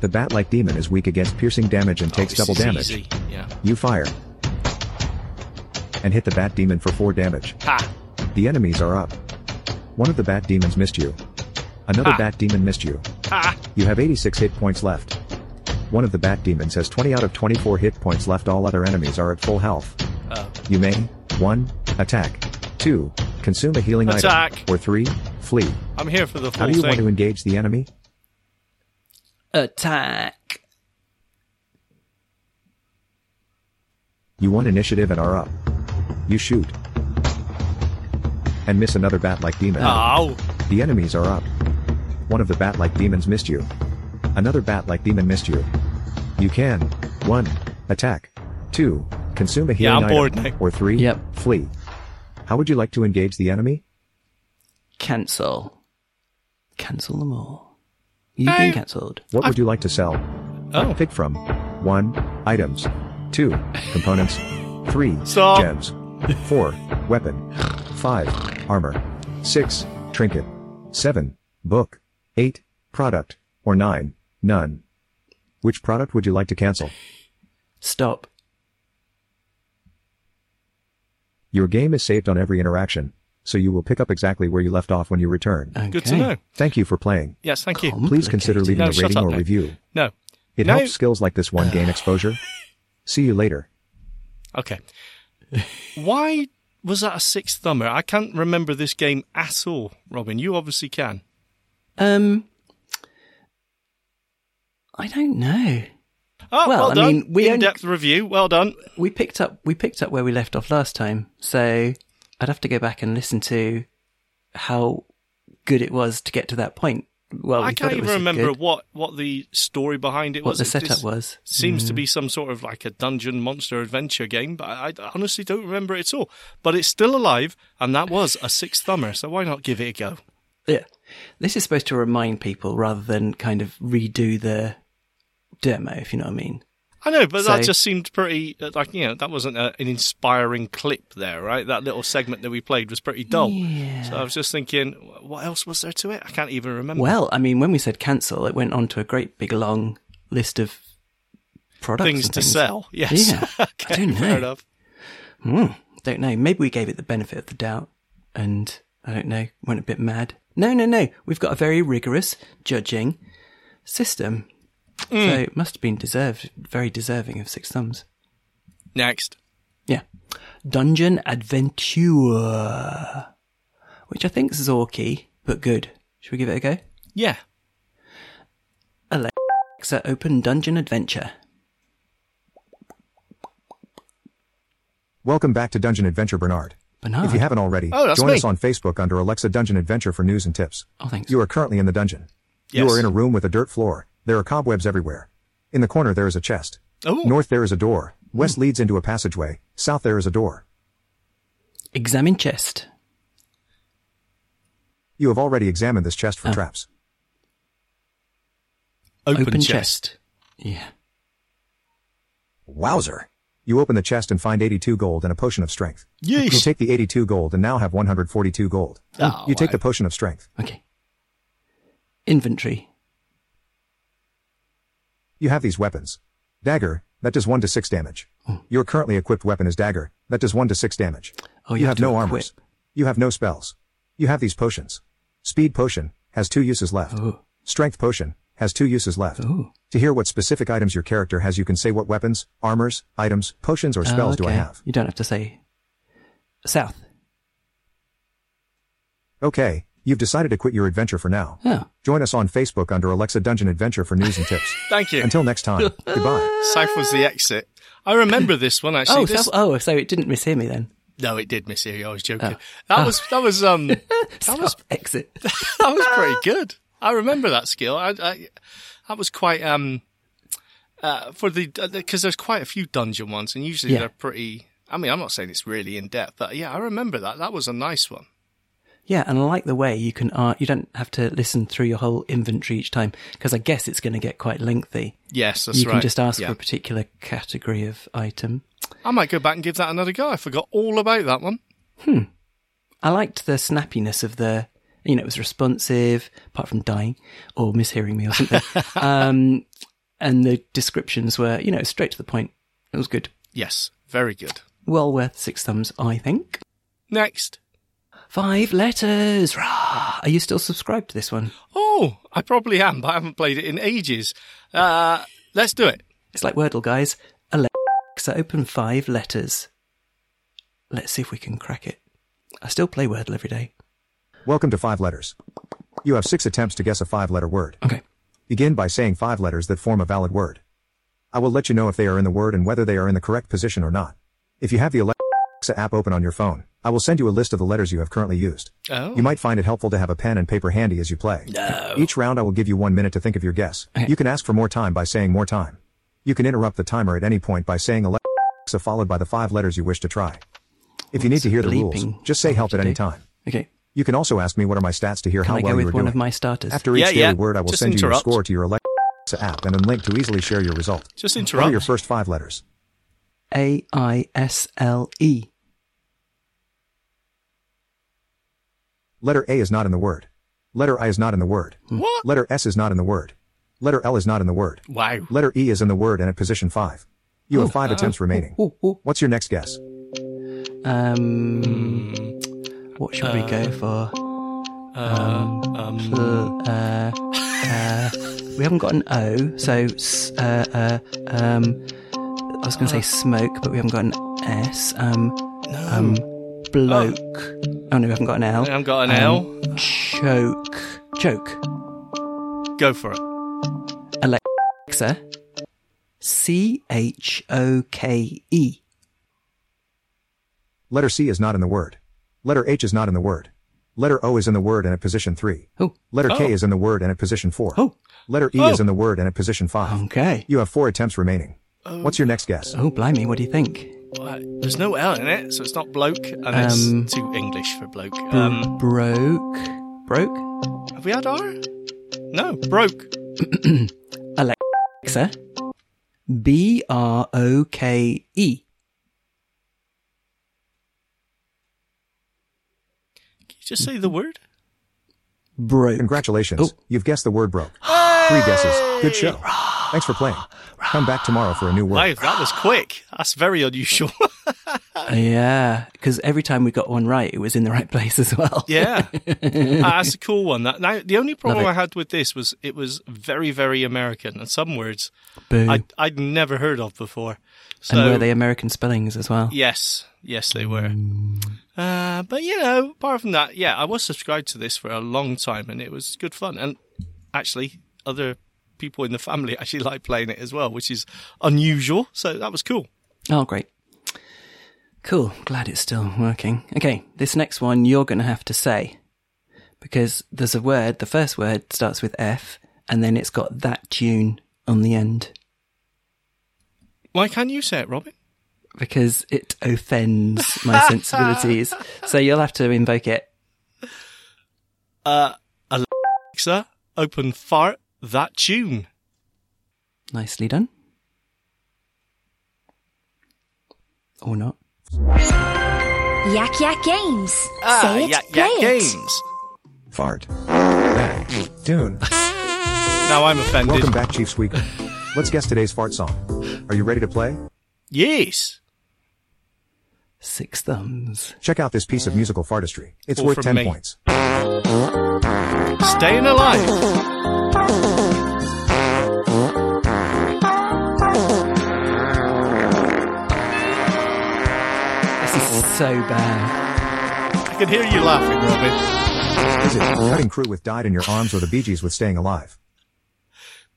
Speaker 5: The bat-like demon is weak against piercing damage and takes
Speaker 2: Oh, this
Speaker 5: double
Speaker 2: is
Speaker 5: damage.
Speaker 2: easy. Yeah.
Speaker 5: You fire. And hit the bat demon for 4 damage.
Speaker 2: Ha.
Speaker 5: The enemies are up. One of the bat demons missed you. Another
Speaker 2: Ah.
Speaker 5: bat demon missed you.
Speaker 2: Ha.
Speaker 5: You have 86 hit points left. One of the bat demons has 20 out of 24 hit points left. All other enemies are at full health.
Speaker 2: Oh.
Speaker 5: You may 1. Attack. 2. Consume a healing
Speaker 2: Attack.
Speaker 5: item. Or 3. Flee.
Speaker 2: I'm here for the
Speaker 5: How
Speaker 2: full
Speaker 5: do you want
Speaker 2: thing.
Speaker 5: to engage the enemy?
Speaker 3: Attack!
Speaker 5: You won initiative and are up. You shoot. And miss another bat-like demon.
Speaker 2: Oh.
Speaker 5: The enemies are up. One of the bat-like demons missed you. Another bat-like demon missed you. You can. 1. Attack. 2. Consume a healing
Speaker 2: I'm bored
Speaker 5: item.
Speaker 2: now.
Speaker 5: Or 3.
Speaker 3: Yep.
Speaker 5: Flee. How would you like to engage the enemy?
Speaker 3: Cancel. Cancel them all. You've
Speaker 2: Hey.
Speaker 3: been cancelled.
Speaker 5: What would you like to sell?
Speaker 2: Oh.
Speaker 5: Pick from 1. Items. 2. Components. 3.
Speaker 2: Stop.
Speaker 5: Gems. 4. Weapon. 5. Armor. 6. Trinket. 7. Book. 8. Product. Or 9. None. Which product would you like to cancel?
Speaker 3: Stop.
Speaker 5: Your game is saved on every interaction, so you will pick up exactly where you left off when you return.
Speaker 3: Okay.
Speaker 2: Good to know.
Speaker 5: Thank you for playing.
Speaker 2: Yes, thank you.
Speaker 5: Please consider
Speaker 3: Complicated.
Speaker 5: leaving
Speaker 2: No,
Speaker 5: a
Speaker 2: shut
Speaker 5: rating
Speaker 2: up
Speaker 5: or
Speaker 2: now.
Speaker 5: review.
Speaker 2: No.
Speaker 5: It
Speaker 2: No.
Speaker 5: helps skills like this one gain exposure. See you later.
Speaker 2: Okay. Why was that a sixth thumber? I can't remember this game at all, Robin. You obviously can.
Speaker 3: Um, I don't know.
Speaker 2: Oh, well,
Speaker 3: Well, I
Speaker 2: done.
Speaker 3: mean, we only-
Speaker 2: In-depth review. Well done.
Speaker 3: We picked up we picked up where we left off last time, so I'd have to go back and listen to how good it was to get to that point. Well,
Speaker 2: I
Speaker 3: we thought
Speaker 2: can't
Speaker 3: it
Speaker 2: even
Speaker 3: was
Speaker 2: remember
Speaker 3: good.
Speaker 2: what, what the story behind it
Speaker 3: What
Speaker 2: was.
Speaker 3: the
Speaker 2: It
Speaker 3: setup
Speaker 2: just
Speaker 3: was.
Speaker 2: Seems to
Speaker 3: Mm.
Speaker 2: be some sort of like a dungeon monster adventure game, but I, I honestly don't remember it at all. But it's still alive, and that was a six thumber, so why not give it a go?
Speaker 3: Yeah. This is supposed to remind people rather than kind of redo the demo, if you know what I mean.
Speaker 2: I know, but that
Speaker 3: So-
Speaker 2: just seemed pretty uh, like you know that wasn't a, an inspiring clip there, right? That little segment that we played was pretty dull. So I was just thinking, wh- what else was there to it? I can't even remember.
Speaker 3: Well, I mean, when we said cancel, it went on to a great big long list of products
Speaker 2: things
Speaker 3: and
Speaker 2: to sell. Yes.
Speaker 3: Yeah.
Speaker 2: okay,
Speaker 3: I don't know.
Speaker 2: fair enough.
Speaker 3: Hmm, don't know. Maybe we gave it the benefit of the doubt, and I don't know, went a bit mad. No, no, no. We've got a very rigorous judging system,
Speaker 5: Hmm.
Speaker 3: so it must have been deserved, very deserving of six thumbs.
Speaker 2: Next.
Speaker 3: Yeah. Dungeon Adventure. Which I think is Zorky, but good. Should we give it a go?
Speaker 2: Yeah.
Speaker 3: Alexa, open Dungeon Adventure.
Speaker 5: Welcome back to Dungeon Adventure, Bernard.
Speaker 3: Bernard.
Speaker 5: If you haven't already,
Speaker 3: Oh, that's
Speaker 5: join
Speaker 3: me.
Speaker 5: us on Facebook under Alexa Dungeon Adventure for news and tips.
Speaker 3: Oh, thanks.
Speaker 5: You are currently in the dungeon. You
Speaker 3: Yes.
Speaker 5: are in a room with a dirt floor. There are cobwebs everywhere. In the corner, there is a chest.
Speaker 2: Oh.
Speaker 5: North, there is a door. West leads into a passageway. South, there is a door.
Speaker 3: Examine chest.
Speaker 5: You have already examined this chest for
Speaker 3: Oh.
Speaker 5: traps.
Speaker 2: Open,
Speaker 5: chest.
Speaker 3: Yeah.
Speaker 5: Wowzer. You open the chest and find 82 gold and a potion of strength.
Speaker 2: Yeesh.
Speaker 5: You take the 82 gold and now have 142 gold.
Speaker 3: Oh,
Speaker 5: you take
Speaker 3: wow.
Speaker 5: the potion of strength.
Speaker 3: Okay. Inventory.
Speaker 5: You have these weapons. Dagger, that does 1 to 6 damage.
Speaker 3: Hmm.
Speaker 5: Your currently equipped weapon is dagger, that does 1 to 6 damage.
Speaker 3: Oh, you have to
Speaker 5: no
Speaker 3: equip.
Speaker 5: armors. You have no spells. You have these potions. Speed potion, has 2 uses left.
Speaker 3: Oh.
Speaker 5: Strength potion, has 2 uses left. To hear what specific items your character has you can say what weapons, armors, items, potions, or
Speaker 3: Oh,
Speaker 5: spells do I
Speaker 3: okay.
Speaker 5: have.
Speaker 3: You don't have to say South.
Speaker 5: Okay, you've decided to quit your adventure for now.
Speaker 3: Oh.
Speaker 5: Join us on Facebook under Alexa Dungeon Adventure for news and tips.
Speaker 2: Thank you.
Speaker 5: Until next time, goodbye.
Speaker 2: South was the exit. I remember this one actually.
Speaker 3: oh,
Speaker 2: This-
Speaker 3: South. Oh, so it didn't mishear me then.
Speaker 2: No, it did miss you. I was joking.
Speaker 3: Oh.
Speaker 2: That
Speaker 3: Oh.
Speaker 2: was that was um that was
Speaker 3: exit.
Speaker 2: that was pretty good. I remember that skill. I, I that was quite um uh for the because there's quite a few dungeon ones and usually
Speaker 3: Yeah.
Speaker 2: they're pretty. I mean, I'm not saying it's really in depth, but yeah, I remember that. That was a nice one.
Speaker 3: Yeah, and I like the way you can uh, you don't have to listen through your whole inventory each time because I guess it's going to get quite lengthy.
Speaker 2: Yes, that's
Speaker 3: you
Speaker 2: right.
Speaker 3: can just ask
Speaker 2: Yeah.
Speaker 3: for a particular category of item.
Speaker 2: I might go back and give that another go. I forgot all about that one.
Speaker 3: I liked the snappiness of the, you know, it was responsive, apart from dying or mishearing me or something. um, and the descriptions were, you know, straight to the point. It was good.
Speaker 2: Yes, very good.
Speaker 3: Well worth six thumbs, I think.
Speaker 2: Next.
Speaker 3: Five letters. Rah! Are you still subscribed to this one?
Speaker 2: Oh, I probably am, but I haven't played it in ages. Uh, let's do it.
Speaker 3: It's like Wordle, guys. Alexa, open five letters. Let's see if we can crack it. I still play Wordle every day.
Speaker 5: Welcome to Five Letters. You have six attempts to guess a five letter word.
Speaker 3: Okay.
Speaker 5: Begin by saying five letters that form a valid word. I will let you know if they are in the word and whether they are in the correct position or not. If you have the Alexa app open on your phone, I will send you a list of the letters you have currently used.
Speaker 2: Oh.
Speaker 5: You might find it helpful to have a pen and paper handy as you play. Each round I will give you one minute to think of your guess. You can ask for more time by saying more time. You can interrupt the timer at any point by saying Alexa followed by the five letters you wish to try. If you need to hear the rules,
Speaker 3: bleeping
Speaker 5: just say help at any time.
Speaker 3: Okay.
Speaker 5: You can also ask me what are my stats to hear
Speaker 3: Can
Speaker 5: how
Speaker 3: I
Speaker 5: well
Speaker 3: go
Speaker 5: you
Speaker 3: with
Speaker 5: are
Speaker 3: one
Speaker 5: doing.
Speaker 3: of my starters?
Speaker 5: After each
Speaker 3: Yeah,
Speaker 5: daily
Speaker 3: yeah.
Speaker 5: word, I will
Speaker 3: Just
Speaker 5: send you your
Speaker 3: interrupt.
Speaker 5: score to your Alexa app and a link to easily share your result.
Speaker 2: Just
Speaker 5: What
Speaker 2: interrupt.
Speaker 5: are your first five letters?
Speaker 3: A I S L E.
Speaker 5: Letter A is not in the word. Letter I is not in the word.
Speaker 2: What?
Speaker 5: Letter S is not in the word. Letter L is not in the word.
Speaker 2: Wow.
Speaker 5: Letter E is in the word and at position five. You have
Speaker 3: uh,
Speaker 5: five
Speaker 2: Oh.
Speaker 5: attempts remaining. What's your next guess?
Speaker 3: Um, what should we go for? Um, pl- uh, uh, we haven't got an O, so s- uh, uh, um, I was going to say smoke, but we haven't got an S. Um, um, bloke. Oh. no, we haven't got an L.
Speaker 2: I haven't got an
Speaker 3: L. Choke. Choke.
Speaker 2: Go for it.
Speaker 3: Alexa. C H O K E.
Speaker 5: Letter C is not in the word. Letter H is not in the word. Letter O is in the word and at position 3.
Speaker 3: Oh.
Speaker 5: Letter
Speaker 3: Oh.
Speaker 5: K is in the word and at position 4.
Speaker 3: Oh.
Speaker 5: Letter E
Speaker 3: Oh. Um.
Speaker 5: is in the word and at position 5.
Speaker 3: Okay.
Speaker 5: You have four attempts remaining.
Speaker 3: Um.
Speaker 5: What's your next guess?
Speaker 3: Oh, blimey, what do you think?
Speaker 2: Well, there's no L in it, so it's not bloke, and
Speaker 3: Um,
Speaker 2: it's too English for bloke.
Speaker 3: Bro-
Speaker 2: Um,
Speaker 3: broke. Broke?
Speaker 2: have we had R? No, broke.
Speaker 3: Alexa. B R O K E.
Speaker 2: Can you just say the word?
Speaker 3: Broke.
Speaker 5: Congratulations.
Speaker 2: Oh.
Speaker 5: You've guessed the word broke. Three guesses. Good show. Thanks for playing. Come back tomorrow for a new word.
Speaker 2: Wow, that was quick. That's very unusual.
Speaker 3: Uh, Yeah, because every time we got one right, it was in the right place as well.
Speaker 2: yeah, Ah, that's a cool one. That now the only problem
Speaker 3: it.
Speaker 2: I had with this was it was very very American, and some words
Speaker 3: Boo.
Speaker 2: I I'd never heard of before. So
Speaker 3: and were they American spellings as well?
Speaker 2: Yes, yes, they were.
Speaker 3: Mm.
Speaker 2: Uh, but you know, apart from that, yeah, I was subscribed to this for a long time, and it was good fun. And actually, other people in the family actually like playing it as well, which is unusual. So that was cool.
Speaker 3: Oh, great. Cool. Glad it's still working. Okay, this next one you're going to have to say because there's a word, the first word starts with F and then it's got that tune on the end
Speaker 2: Why can't you say it, Robin?
Speaker 3: because it offends my sensibilities. So you'll have to invoke it.
Speaker 2: Uh, Alexa, open fart that tune.
Speaker 3: Nicely done. Or not.
Speaker 11: Yak Yak Games.
Speaker 2: Ah,
Speaker 11: Say it,
Speaker 2: yak,
Speaker 11: play
Speaker 2: yak
Speaker 11: it.
Speaker 2: games.
Speaker 5: Fart. Back. Dune.
Speaker 2: Now I'm offended.
Speaker 5: Welcome back, Chief Squeaker. Let's guess today's fart song. Are you ready to play?
Speaker 2: Yes.
Speaker 3: Six thumbs.
Speaker 5: Check out this piece of musical fartistry. It's
Speaker 2: All from
Speaker 5: worth 10
Speaker 2: me.
Speaker 5: points.
Speaker 2: Staying alive.
Speaker 3: This is so bad.
Speaker 2: I can hear you laughing, Robin.
Speaker 5: Is it Cutting Crew with Died in Your Arms or the Bee Gees with Staying Alive?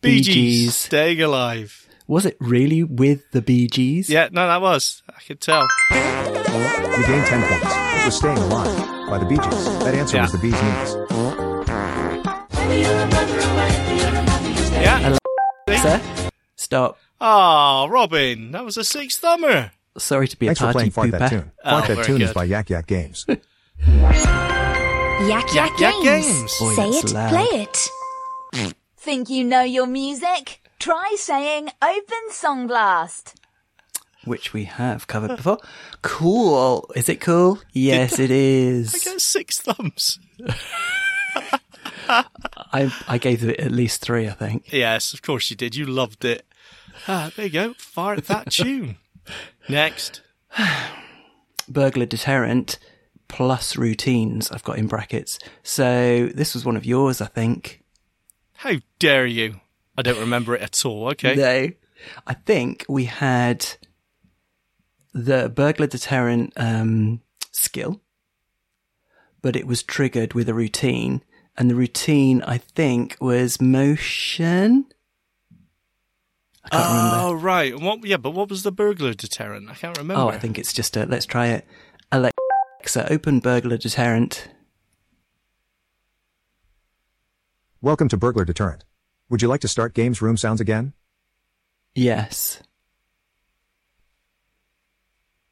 Speaker 2: Bee
Speaker 3: Bee
Speaker 2: Gees,
Speaker 3: Gees.
Speaker 2: staying alive.
Speaker 3: Was it really with the Bee Gees?
Speaker 2: Yeah, no, that was. I could tell.
Speaker 5: You gained 10 points. It was Staying Alive by the Bee Gees. That answer
Speaker 2: Yeah.
Speaker 5: was the Bee's Knees.
Speaker 2: Yeah.
Speaker 3: Sir? Stop.
Speaker 2: Ah, Robin, that was a six thumber.
Speaker 3: Sorry to be a
Speaker 5: Thanks for
Speaker 3: party
Speaker 5: playing Fart
Speaker 3: pooper.
Speaker 5: That Tune.
Speaker 2: Oh,
Speaker 5: Fart That
Speaker 2: very
Speaker 5: Tune is
Speaker 2: good.
Speaker 5: by Yak Yak Games.
Speaker 11: Yak
Speaker 2: Yak
Speaker 11: Yak
Speaker 2: Yak
Speaker 11: Games.
Speaker 2: Games.
Speaker 3: Boy,
Speaker 11: Say
Speaker 3: that's
Speaker 11: it,
Speaker 3: loud.
Speaker 11: play it.
Speaker 9: Think you know your music? Try saying Open Song Blast.
Speaker 3: Which we have covered before. Cool. Is it cool? Yes, it
Speaker 2: I
Speaker 3: is.
Speaker 2: got six thumbs.
Speaker 3: I, I gave it at least three, I think.
Speaker 2: Yes, of course you did. You loved it. Ah, there you go. Fart that tune. Next.
Speaker 3: Burglar deterrent plus routines, I've got in brackets. So this was one of yours, I think.
Speaker 2: How dare you? I don't remember it at all. Okay.
Speaker 3: No. I think we had the burglar deterrent um, skill, but it was triggered with a routine. And the routine, I think, was motion. I can't
Speaker 2: oh
Speaker 3: remember.
Speaker 2: right. And What? Yeah, but what was the burglar deterrent? I can't remember.
Speaker 3: Oh, I think it's just a let's try it. Alexa, open burglar deterrent.
Speaker 5: Welcome to Burglar Deterrent. Would you like to start Games Room Sounds again?
Speaker 3: Yes.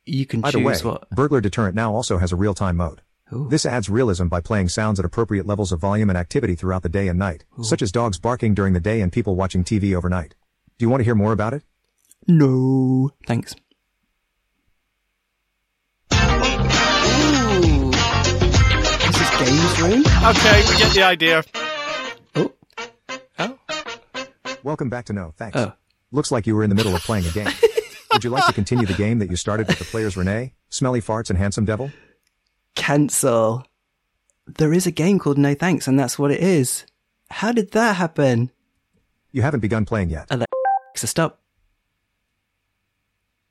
Speaker 3: You can
Speaker 5: By the way,
Speaker 3: choose what.
Speaker 5: Burglar Deterrent now also has a real-time mode.
Speaker 3: Ooh.
Speaker 5: This adds realism by playing sounds at appropriate levels of volume and activity throughout the day and night, such as dogs barking during the day and people watching TV overnight. Do you want to hear more about it?
Speaker 3: No. Thanks. This is Games Room.
Speaker 2: Okay, we get the idea.
Speaker 3: Oh,
Speaker 2: Oh,
Speaker 5: Welcome back to No Thanks.
Speaker 3: Oh.
Speaker 5: Looks like you were in the middle of playing a game. Would you like to continue the game that you started with the players Renee, Smelly Farts, and Handsome Devil?
Speaker 3: cancel. There is a game called No Thanks, and that's what it is. How did that happen?
Speaker 5: You haven't begun playing yet.
Speaker 3: So stop.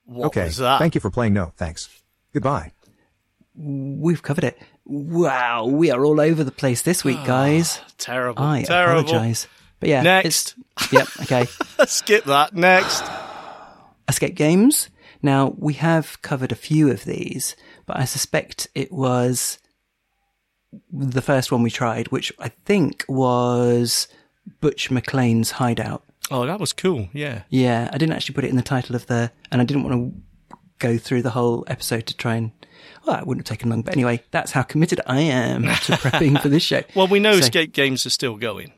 Speaker 2: what
Speaker 5: okay.
Speaker 2: was that?
Speaker 5: Thank you for playing No Thanks. Goodbye.
Speaker 3: We've covered it. Wow, we are all over the place this week, guys.
Speaker 2: Terrible.
Speaker 3: I
Speaker 2: Terrible.
Speaker 3: apologize. But yeah,
Speaker 2: Next.
Speaker 3: it's- yep. Okay.
Speaker 2: Skip that. Next.
Speaker 3: escape games. Now, we have covered a few of these, but I suspect it was the first one we tried, which I think was Butch McLean's Hideout.
Speaker 2: Oh, that was cool. Yeah.
Speaker 3: Yeah, I didn't actually put it in the title of the, and I didn't want to go through the whole episode to try and. Well, it wouldn't have taken long, but anyway, that's how committed I am to prepping for this show.
Speaker 2: Well, we know
Speaker 3: So-
Speaker 2: escape games are still going.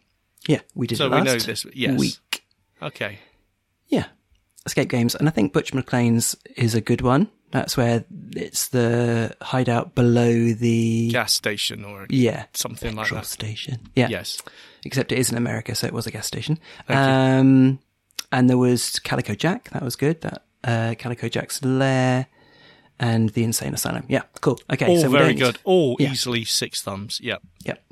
Speaker 3: Yeah, we did
Speaker 2: So
Speaker 3: it
Speaker 2: we
Speaker 3: last
Speaker 2: know this. Yes.
Speaker 3: week.
Speaker 2: Okay.
Speaker 3: Yeah, escape games, and I think Butch McLean's is a good one. That's where it's the hideout below the
Speaker 2: Gas station or
Speaker 3: yeah
Speaker 2: something like
Speaker 3: petrol
Speaker 2: that.
Speaker 3: station. Yeah,
Speaker 2: Yes.
Speaker 3: Except it is in America, so it was a gas station.
Speaker 2: Thank you.
Speaker 3: um, and there was Calico Jack. That was good. That uh, Calico Jack's lair and the insane asylum. Yeah, cool. Okay,
Speaker 2: All
Speaker 3: so we're
Speaker 2: very
Speaker 3: doing it.
Speaker 2: good. All
Speaker 3: Yeah.
Speaker 2: easily six thumbs. Yep.
Speaker 3: Yep.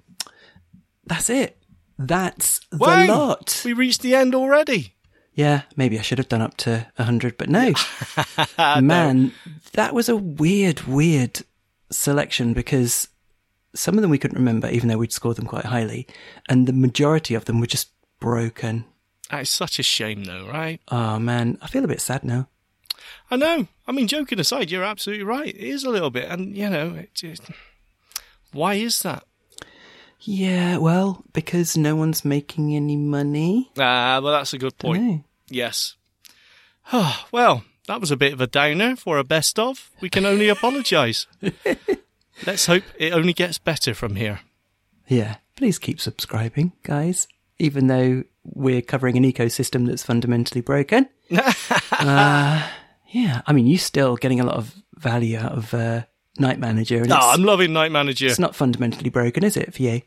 Speaker 3: That's it. That's
Speaker 2: Wow.
Speaker 3: the lot.
Speaker 2: We reached the end already.
Speaker 3: Yeah, maybe I should have done up to 100, but no. Man, that was a weird, weird selection because some of them we couldn't remember, even though we'd scored them quite highly. And the majority of them were just broken.
Speaker 2: That's such a shame, though, right?
Speaker 3: Oh, man. I feel a bit sad now.
Speaker 2: I know. I mean, joking aside, you're absolutely right. It is a little bit, and you know, it just. Why is that?
Speaker 3: Yeah, well, because no one's making any money.
Speaker 2: Ah, well, that's a good point.
Speaker 3: Dunno.
Speaker 2: Yes. well, that was a bit of a downer for a best of. We can only apologise. Let's hope it only gets better from here.
Speaker 3: Yeah, please keep subscribing, guys. Even though we're covering an ecosystem that's fundamentally broken. uh, yeah, I mean, you're still getting a lot of value out of uh, Night Manager. And
Speaker 2: Ah,
Speaker 3: it's,
Speaker 2: I'm loving Night Manager.
Speaker 3: it's not fundamentally broken, is it, for you?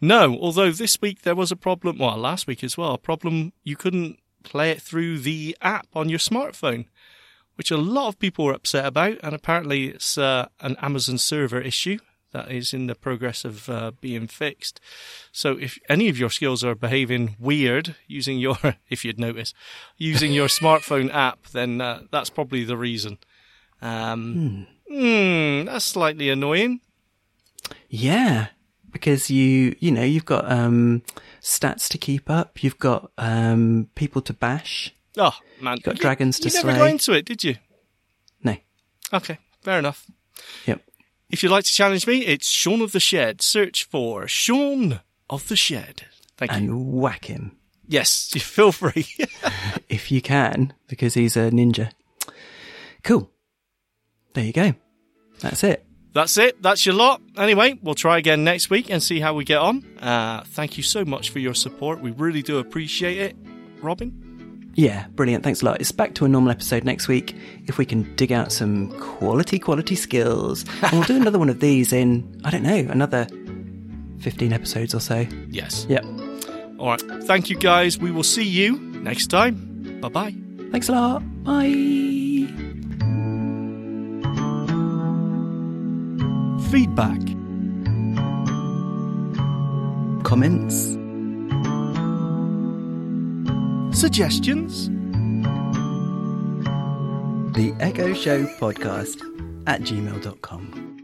Speaker 2: No, although this week there was a problem, well, last week as well, a problem you couldn't play it through the app on your smartphone, which a lot of people were upset about, and apparently it's uh, an Amazon server issue that is in the progress of uh, being fixed. So if any of your skills are behaving weird using your, if you'd notice, using your smartphone app, then uh, that's probably the reason. Um, hmm, that's slightly annoying.
Speaker 3: Yeah, because you, you know, you've got um, stats to keep up, you've got um, people to bash.
Speaker 2: Oh man,
Speaker 3: You've got dragons to
Speaker 2: you never
Speaker 3: slay.
Speaker 2: got into it, did you?
Speaker 3: No.
Speaker 2: Okay, fair enough.
Speaker 3: Yep.
Speaker 2: If you'd like to challenge me, it's Sean of the Shed. Search for Sean of the Shed. Thank
Speaker 3: and
Speaker 2: you.
Speaker 3: whack him
Speaker 2: Yes, you feel free.
Speaker 3: if you can, because he's a ninja. Cool. There you go. That's it.
Speaker 2: That's it. That's your lot. Anyway, we'll try again next week and see how we get on. Uh, thank you so much for your support. We really do appreciate it. Robin?
Speaker 3: Yeah, brilliant. Thanks a lot. It's back to a normal episode next week if we can dig out some quality, quality skills. And we'll do another one of these in, I don't know, another 15 episodes or so.
Speaker 2: Yes.
Speaker 3: Yep.
Speaker 2: All right. Thank you, guys. We will see you next time. Bye bye.
Speaker 3: Thanks a lot. Bye.
Speaker 1: Feedback.
Speaker 3: Comments.
Speaker 1: Suggestions.
Speaker 3: The Echo Show Podcast at gmail.com.